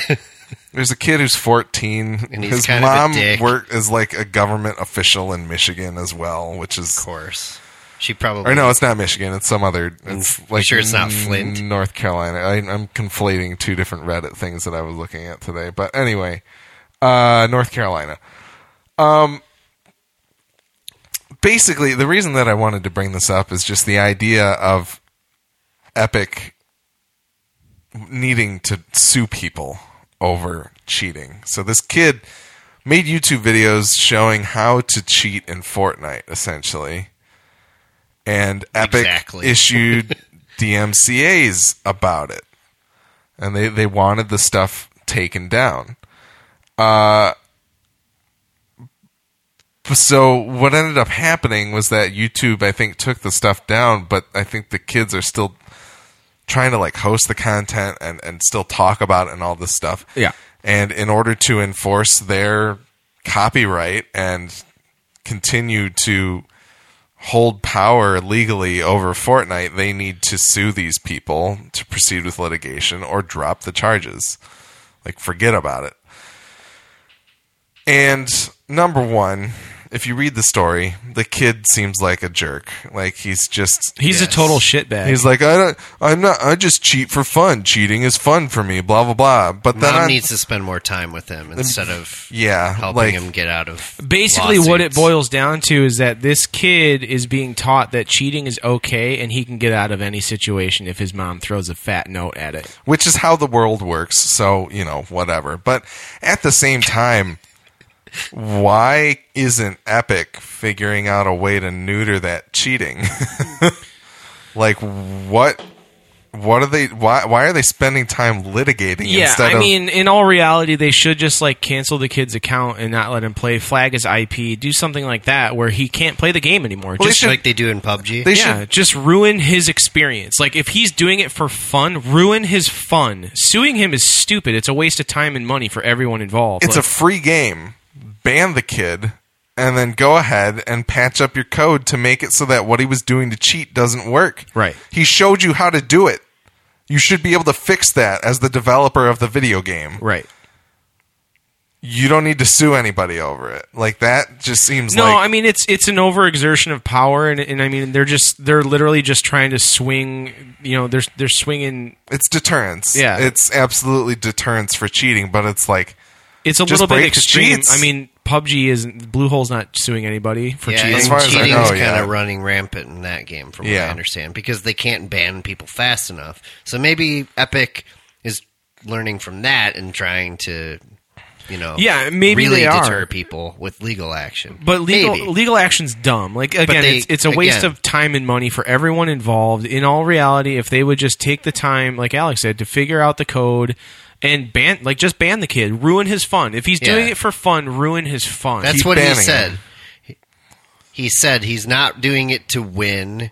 Speaker 1: There's a kid who's 14.
Speaker 3: And he's
Speaker 1: His
Speaker 3: kind of a
Speaker 1: mom
Speaker 3: dick.
Speaker 1: worked as like a government official in Michigan as well, which is
Speaker 3: horse. She probably
Speaker 1: Or no, it's not Michigan. It's some other. It's like
Speaker 3: sure it's not Flint?
Speaker 1: North Carolina. I, I'm conflating two different Reddit things that I was looking at today. But anyway, uh, North Carolina. Um, basically, the reason that I wanted to bring this up is just the idea of Epic needing to sue people over cheating. So this kid made YouTube videos showing how to cheat in Fortnite, essentially. And Epic
Speaker 3: Exactly.
Speaker 1: issued DMCAs about it. And they, they wanted the stuff taken down. Uh, so what ended up happening was that YouTube, I think, took the stuff down, but I think the kids are still trying to like host the content and, and still talk about it and all this stuff.
Speaker 2: Yeah.
Speaker 1: And in order to enforce their copyright and continue to hold power legally over Fortnite, they need to sue these people to proceed with litigation or drop the charges. Like, forget about it. And number one, if you read the story, the kid seems like a jerk. Like, he's just.
Speaker 2: He's a
Speaker 3: Yes.
Speaker 2: total shitbag.
Speaker 1: He's like, I don't, I'm not, I just cheat for fun. Cheating is fun for me, blah, blah, blah. But then,
Speaker 3: mom
Speaker 1: on-
Speaker 3: needs to spend more time with him instead of
Speaker 1: yeah,
Speaker 3: helping
Speaker 1: like,
Speaker 3: him get out of.
Speaker 2: Basically, what it
Speaker 3: lawsuits.
Speaker 2: boils down to is that this kid is being taught that cheating is okay and he can get out of any situation if his mom throws a fat note at it.
Speaker 1: which is how the world works. So, you know, whatever. But at the same time, why isn't Epic figuring out a way to neuter that cheating? like, what, what are they, why, why are they spending time litigating
Speaker 2: Yeah,
Speaker 1: instead
Speaker 2: I
Speaker 1: of
Speaker 2: mean, in all reality, they should just like cancel the kid's account and not let him play. Flag his IP, do something like that where he can't play the game anymore.
Speaker 1: Well, they
Speaker 2: just
Speaker 1: should-
Speaker 3: like they do in PUBG.
Speaker 1: They
Speaker 2: yeah,
Speaker 1: should-
Speaker 2: just ruin his experience. Like if he's doing it for fun, ruin his fun. Suing him is stupid. It's a waste of time and money for everyone involved.
Speaker 1: It's
Speaker 2: Like,
Speaker 1: a free game. Ban the kid, and then go ahead and patch up your code to make it so that what he was doing to cheat doesn't work.
Speaker 2: Right.
Speaker 1: He showed you how to do it. You should be able to fix that as the developer of the video game.
Speaker 2: right.
Speaker 1: You don't need to sue anybody over it. Like that just seems
Speaker 2: No,
Speaker 1: like
Speaker 2: I mean it's it's an overexertion of power, and, and I mean they're just they're literally just trying to swing. You know, they're they're swinging.
Speaker 1: it's deterrence.
Speaker 2: Yeah.
Speaker 1: It's absolutely deterrence for cheating, but it's like
Speaker 2: It's a
Speaker 1: Just
Speaker 2: little bit
Speaker 1: break the
Speaker 2: extreme.
Speaker 1: sheets.
Speaker 2: I mean, PUBG isn't Bluehole's not suing anybody for
Speaker 3: yeah,
Speaker 2: cheating.
Speaker 1: As far as I
Speaker 3: cheating's
Speaker 1: know,
Speaker 3: kind of
Speaker 1: yeah.
Speaker 3: running rampant in that game, from what
Speaker 1: Yeah.
Speaker 3: I understand, because they can't ban people fast enough. So maybe Epic is learning from that and trying to, you know,
Speaker 2: Yeah, maybe
Speaker 3: really
Speaker 2: they are.
Speaker 3: deter people with legal action.
Speaker 2: But legal
Speaker 3: Maybe.
Speaker 2: legal action's dumb. Like again,
Speaker 3: they-
Speaker 2: it's, it's a waste
Speaker 3: again-
Speaker 2: of time and money for everyone involved. In all reality, if they would just take the time, like Alex said, to figure out the code and ban, like just ban the kid, ruin his fun. If he's doing
Speaker 3: Yeah.
Speaker 2: it for fun, ruin his fun.
Speaker 3: That's
Speaker 1: Keep
Speaker 3: what he
Speaker 1: banning
Speaker 3: said.
Speaker 1: him.
Speaker 3: He- He said he's not doing it to win.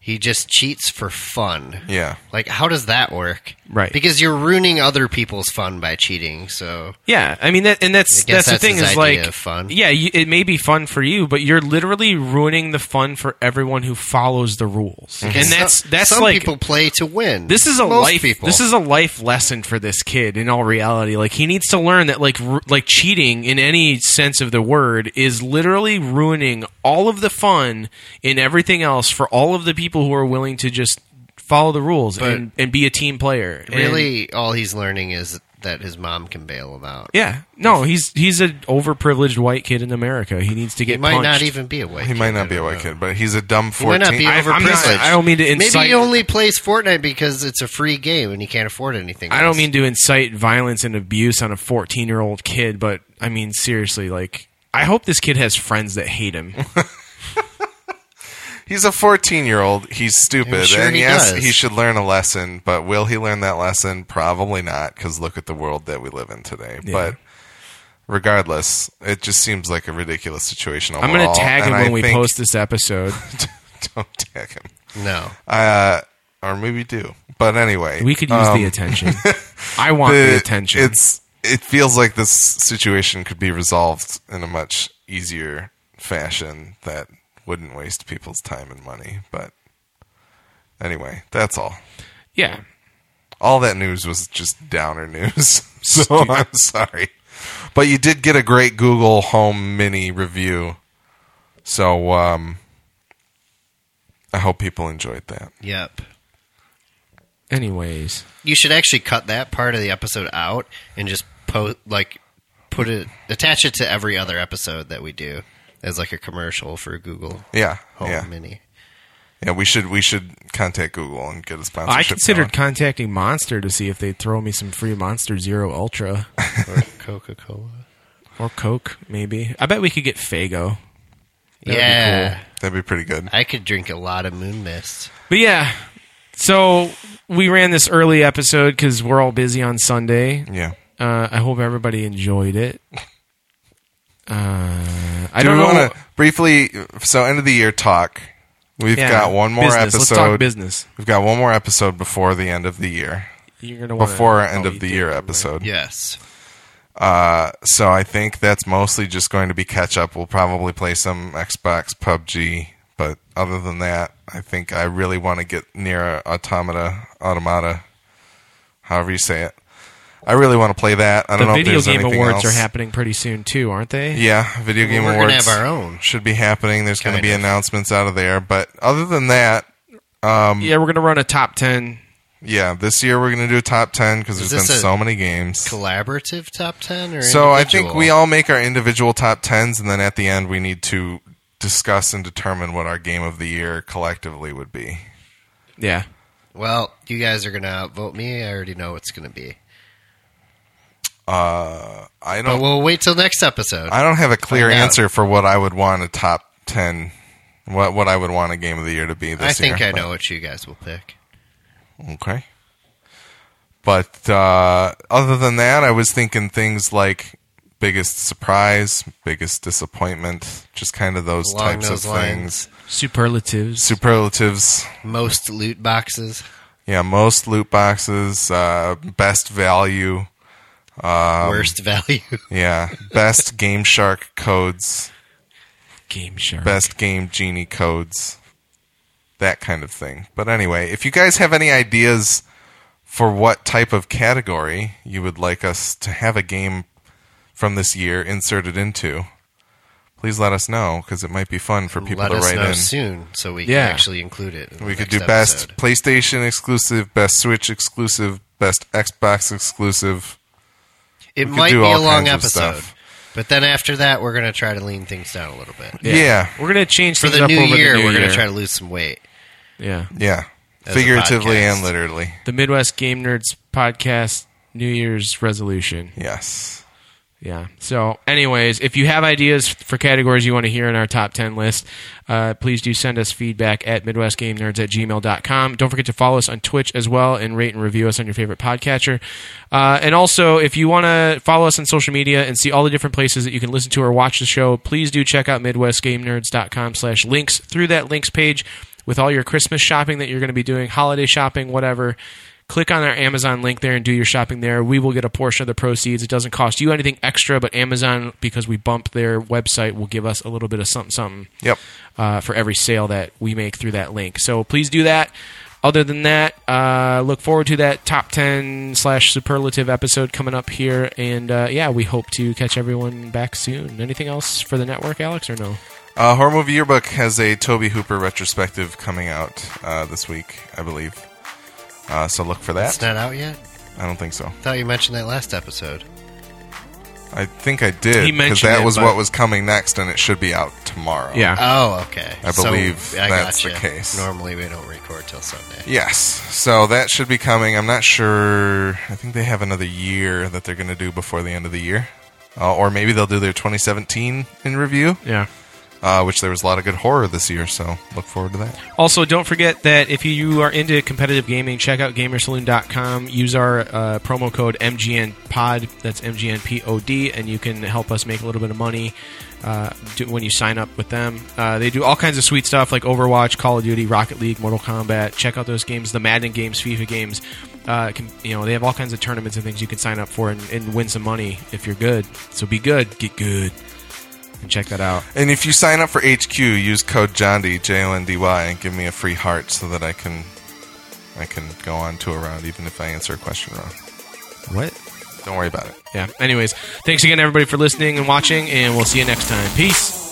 Speaker 3: He just cheats for fun.
Speaker 1: yeah.
Speaker 3: Like, how does that work?
Speaker 2: Right.
Speaker 3: Because you're ruining other people's fun by cheating. So
Speaker 2: Yeah, I mean that, and that's
Speaker 3: I guess
Speaker 2: that's the
Speaker 3: that's
Speaker 2: thing
Speaker 3: his
Speaker 2: is
Speaker 3: idea
Speaker 2: like,
Speaker 3: of fun.
Speaker 2: yeah, you, it may be fun for you, but you're literally ruining the fun for everyone who follows the rules, and that's
Speaker 3: Mm-hmm. Some-
Speaker 2: that's
Speaker 3: some
Speaker 2: like
Speaker 3: people play to win.
Speaker 2: this is a
Speaker 3: Most
Speaker 2: life
Speaker 3: People.
Speaker 2: this is a life lesson for this kid. In all reality, like he needs to learn that like r- like cheating in any sense of the word is literally ruining all of the fun in everything else for all of the people who are willing to just follow the rules
Speaker 3: But-
Speaker 2: and, and be a team player. And-
Speaker 3: really all he's learning is that his mom can bail him out.
Speaker 2: Yeah. No, he's he's an overprivileged white kid in America. He needs to get
Speaker 3: He might
Speaker 2: punched.
Speaker 3: not even be a white.
Speaker 1: He
Speaker 3: kid,
Speaker 1: might
Speaker 3: I
Speaker 1: not be a
Speaker 3: don't
Speaker 1: white
Speaker 3: know.
Speaker 1: kid, but he's a dumb
Speaker 3: He
Speaker 1: fourteen.
Speaker 3: might not be
Speaker 2: I- I'm not-
Speaker 3: overprivileged.
Speaker 2: I don't mean to
Speaker 3: Maybe
Speaker 2: incite-
Speaker 3: he only plays Fortnite because it's a free game and he can't afford anything.
Speaker 2: I don't
Speaker 3: else.
Speaker 2: mean to incite violence and abuse on a 14-year-old kid, but I mean seriously, like I hope this kid has friends that hate him.
Speaker 1: He's a 14 year old. He's stupid.
Speaker 3: sure
Speaker 1: and
Speaker 3: he
Speaker 1: yes,
Speaker 3: does.
Speaker 1: he should learn a lesson, but will he learn that lesson? Probably not, because look at the world that we live in today. But regardless, it just seems like a ridiculous situation.
Speaker 2: I'm
Speaker 1: going
Speaker 2: gonna
Speaker 1: to
Speaker 2: tag him when we post this episode.
Speaker 1: Don't tag him.
Speaker 3: No.
Speaker 1: Uh, or maybe do. But anyway, um,
Speaker 2: We could use the attention. I want the, attention.
Speaker 1: It's it feels like this situation could be resolved in a much easier fashion that wouldn't waste people's time and money. But anyway, that's all.
Speaker 2: yeah.
Speaker 1: All that news was just downer news. so I'm sorry. But you did get a great Google Home Mini review. So um, I hope people enjoyed that.
Speaker 3: Yep.
Speaker 2: Anyways,
Speaker 3: You should actually cut that part of the episode out and just post like put it attach it to every other episode that we do as like a commercial for Google
Speaker 1: Yeah.
Speaker 3: Home
Speaker 1: yeah.
Speaker 3: Mini.
Speaker 1: Yeah, we should we should contact Google and get a sponsorship.
Speaker 2: I
Speaker 1: going.
Speaker 2: considered contacting Monster to see if they'd throw me some free Monster Zero Ultra
Speaker 3: or Coca Cola.
Speaker 2: or Coke, maybe. I bet we could get Fago. That would be
Speaker 3: Yeah.
Speaker 1: that'd be pretty good.
Speaker 3: I could drink a lot of moon mist.
Speaker 2: But yeah, so we ran this early episode because we're all busy on Sunday.
Speaker 1: Yeah.
Speaker 2: Uh, I hope everybody enjoyed it. Uh, I
Speaker 1: Do
Speaker 2: don't
Speaker 1: we
Speaker 2: know.
Speaker 1: want to briefly? So end of the year talk. We've
Speaker 2: Yeah,
Speaker 1: got one more
Speaker 2: business. Let's
Speaker 1: episode.
Speaker 2: talk business.
Speaker 1: We've got one more episode before the end of the year.
Speaker 2: You're gonna wanna-
Speaker 1: Before our
Speaker 2: oh,
Speaker 1: end
Speaker 2: you
Speaker 1: of the
Speaker 2: did
Speaker 1: year
Speaker 2: it, right?
Speaker 1: episode.
Speaker 3: Yes.
Speaker 1: So I think that's mostly just going to be catch up. We'll probably play some Xbox, PUBG, but other than that, I think I really want to get near Automata, Automata, however you say it. I really want to play that. I don't
Speaker 2: The
Speaker 1: know
Speaker 2: video
Speaker 1: if there's
Speaker 2: game
Speaker 1: anything
Speaker 2: awards
Speaker 1: else.
Speaker 2: are happening pretty soon too, aren't they?
Speaker 1: Yeah, video game
Speaker 3: we're
Speaker 1: awards.
Speaker 3: gonna have our own.
Speaker 1: should be happening. There's going to
Speaker 3: Kind
Speaker 1: be
Speaker 3: of.
Speaker 1: announcements out of there. But other than that, Um,
Speaker 2: Yeah, we're gonna run a top ten.
Speaker 1: yeah, this year we're going to do a top 10 because there's
Speaker 3: this
Speaker 1: been
Speaker 3: a
Speaker 1: so many games.
Speaker 3: Collaborative top ten or
Speaker 1: So I think
Speaker 3: individual?
Speaker 1: we all make our individual top 10s, and then at the end, we need to discuss and determine what our game of the year collectively would be.
Speaker 2: Yeah,
Speaker 3: Well, you guys are gonna outvote me. I already know it's gonna be.
Speaker 1: I
Speaker 3: But
Speaker 1: don't.
Speaker 3: we'll wait till next episode.
Speaker 1: I don't have a clear
Speaker 3: Find out.
Speaker 1: answer for what I would want a top 10. What what I would want a game of the year to be this year.
Speaker 3: I think I
Speaker 1: but-
Speaker 3: know what you guys will pick.
Speaker 1: Okay. But uh, other than that, I was thinking things like biggest surprise, biggest disappointment, just kind of those
Speaker 3: Along
Speaker 1: types
Speaker 3: those
Speaker 1: of
Speaker 3: lines,
Speaker 1: things.
Speaker 2: superlatives.
Speaker 1: Superlatives.
Speaker 3: most loot boxes.
Speaker 1: Yeah, most loot boxes, uh, best value. Um,
Speaker 3: worst value.
Speaker 1: Yeah, best Game Shark codes,
Speaker 2: Game Shark.
Speaker 1: best Game Genie codes, that kind of thing. But anyway, if you guys have any ideas for what type of category you would like us to have a game from this year inserted into, please let us know because it might be fun for people
Speaker 3: Let
Speaker 1: to
Speaker 3: us
Speaker 1: write
Speaker 3: know
Speaker 1: in.
Speaker 3: soon so we
Speaker 2: Yeah.
Speaker 3: can actually include it. in the
Speaker 1: We could
Speaker 3: next
Speaker 1: do best
Speaker 3: episode.
Speaker 1: PlayStation exclusive, best Switch exclusive, best Xbox exclusive.
Speaker 3: It
Speaker 1: could
Speaker 3: might be
Speaker 1: do
Speaker 3: a
Speaker 1: all
Speaker 3: long
Speaker 1: kinds of
Speaker 3: episode,
Speaker 1: stuff.
Speaker 3: but then after that, we're gonna try to lean things down a little bit.
Speaker 1: yeah.
Speaker 2: We're gonna change
Speaker 3: For
Speaker 2: things
Speaker 3: the
Speaker 2: up
Speaker 3: new
Speaker 2: over
Speaker 3: year,
Speaker 2: the new
Speaker 3: we're
Speaker 2: year.
Speaker 3: gonna try to lose some weight.
Speaker 2: yeah,
Speaker 1: Yeah.
Speaker 3: As a
Speaker 1: Figuratively
Speaker 3: podcast.
Speaker 1: and literally.
Speaker 2: the Midwest Game Nerds podcast New Year's resolution.
Speaker 1: Yes.
Speaker 2: Yeah. So, anyways, if you have ideas for categories you want to hear in our top 10 list, uh, please do send us feedback at midwestgamenerds at gmail.com. Don't forget to follow us on Twitch as well and rate and review us on your favorite podcatcher. Uh, and also, if you want to follow us on social media and see all the different places that you can listen to or watch the show, please do check out midwestgamenerds.com slash links through that links page with all your Christmas shopping that you're going to be doing, holiday shopping, whatever. Click on our Amazon link there and do your shopping there. We will get a portion of the proceeds. It doesn't cost you anything extra, but Amazon, because we bump their website, will give us a little bit of something, something
Speaker 1: Yep.
Speaker 2: uh, for every sale that we make through that link. So please do that. Other than that, uh, look forward to that top 10 slash superlative episode coming up here. And uh, yeah, we hope to catch everyone back soon. Anything else for the network, Alex, or no?
Speaker 1: Uh, Horror Movie Yearbook has a Toby Hooper retrospective coming out uh, this week, I believe. Uh, so look for that.
Speaker 3: It's not out yet.
Speaker 1: I don't think so.
Speaker 3: Thought you mentioned that last episode.
Speaker 1: I think I did
Speaker 2: He
Speaker 1: because
Speaker 2: mentioned
Speaker 1: that
Speaker 2: it,
Speaker 1: was
Speaker 2: but-
Speaker 1: what was coming next, and it should be out tomorrow.
Speaker 3: Oh, okay.
Speaker 1: I believe that's the
Speaker 3: gotcha.
Speaker 1: case.
Speaker 3: Normally, we don't record till Sunday.
Speaker 1: Yes. So that should be coming. I'm not sure. I think they have another year that they're going to do before the end of the year, uh, or maybe they'll do their 2017 in review.
Speaker 2: Yeah.
Speaker 1: uh, which there was a lot of good horror this year, so look forward to that.
Speaker 2: Also, don't forget that if you are into competitive gaming, check out gamersaloon.com. Use our uh, promo code MGNPOD, that's MGNPOD, and you can help us make a little bit of money uh, do, when you sign up with them. Uh, they do all kinds of sweet stuff like Overwatch, Call of Duty, Rocket League, Mortal Kombat. Check out those games, the Madden games, FIFA games. Uh, can, you know, they have all kinds of tournaments and things you can sign up for and, and win some money if you're good. So be good, get good, and check that out.
Speaker 1: And if you sign up for HQ, use code Jondy J O N D Y and give me a free heart so that I can I can go on to a round even if I answer a question wrong.
Speaker 2: What?
Speaker 1: Don't worry about it.
Speaker 2: yeah. Anyways, thanks again, everybody, for listening and watching, and we'll see you next time. Peace.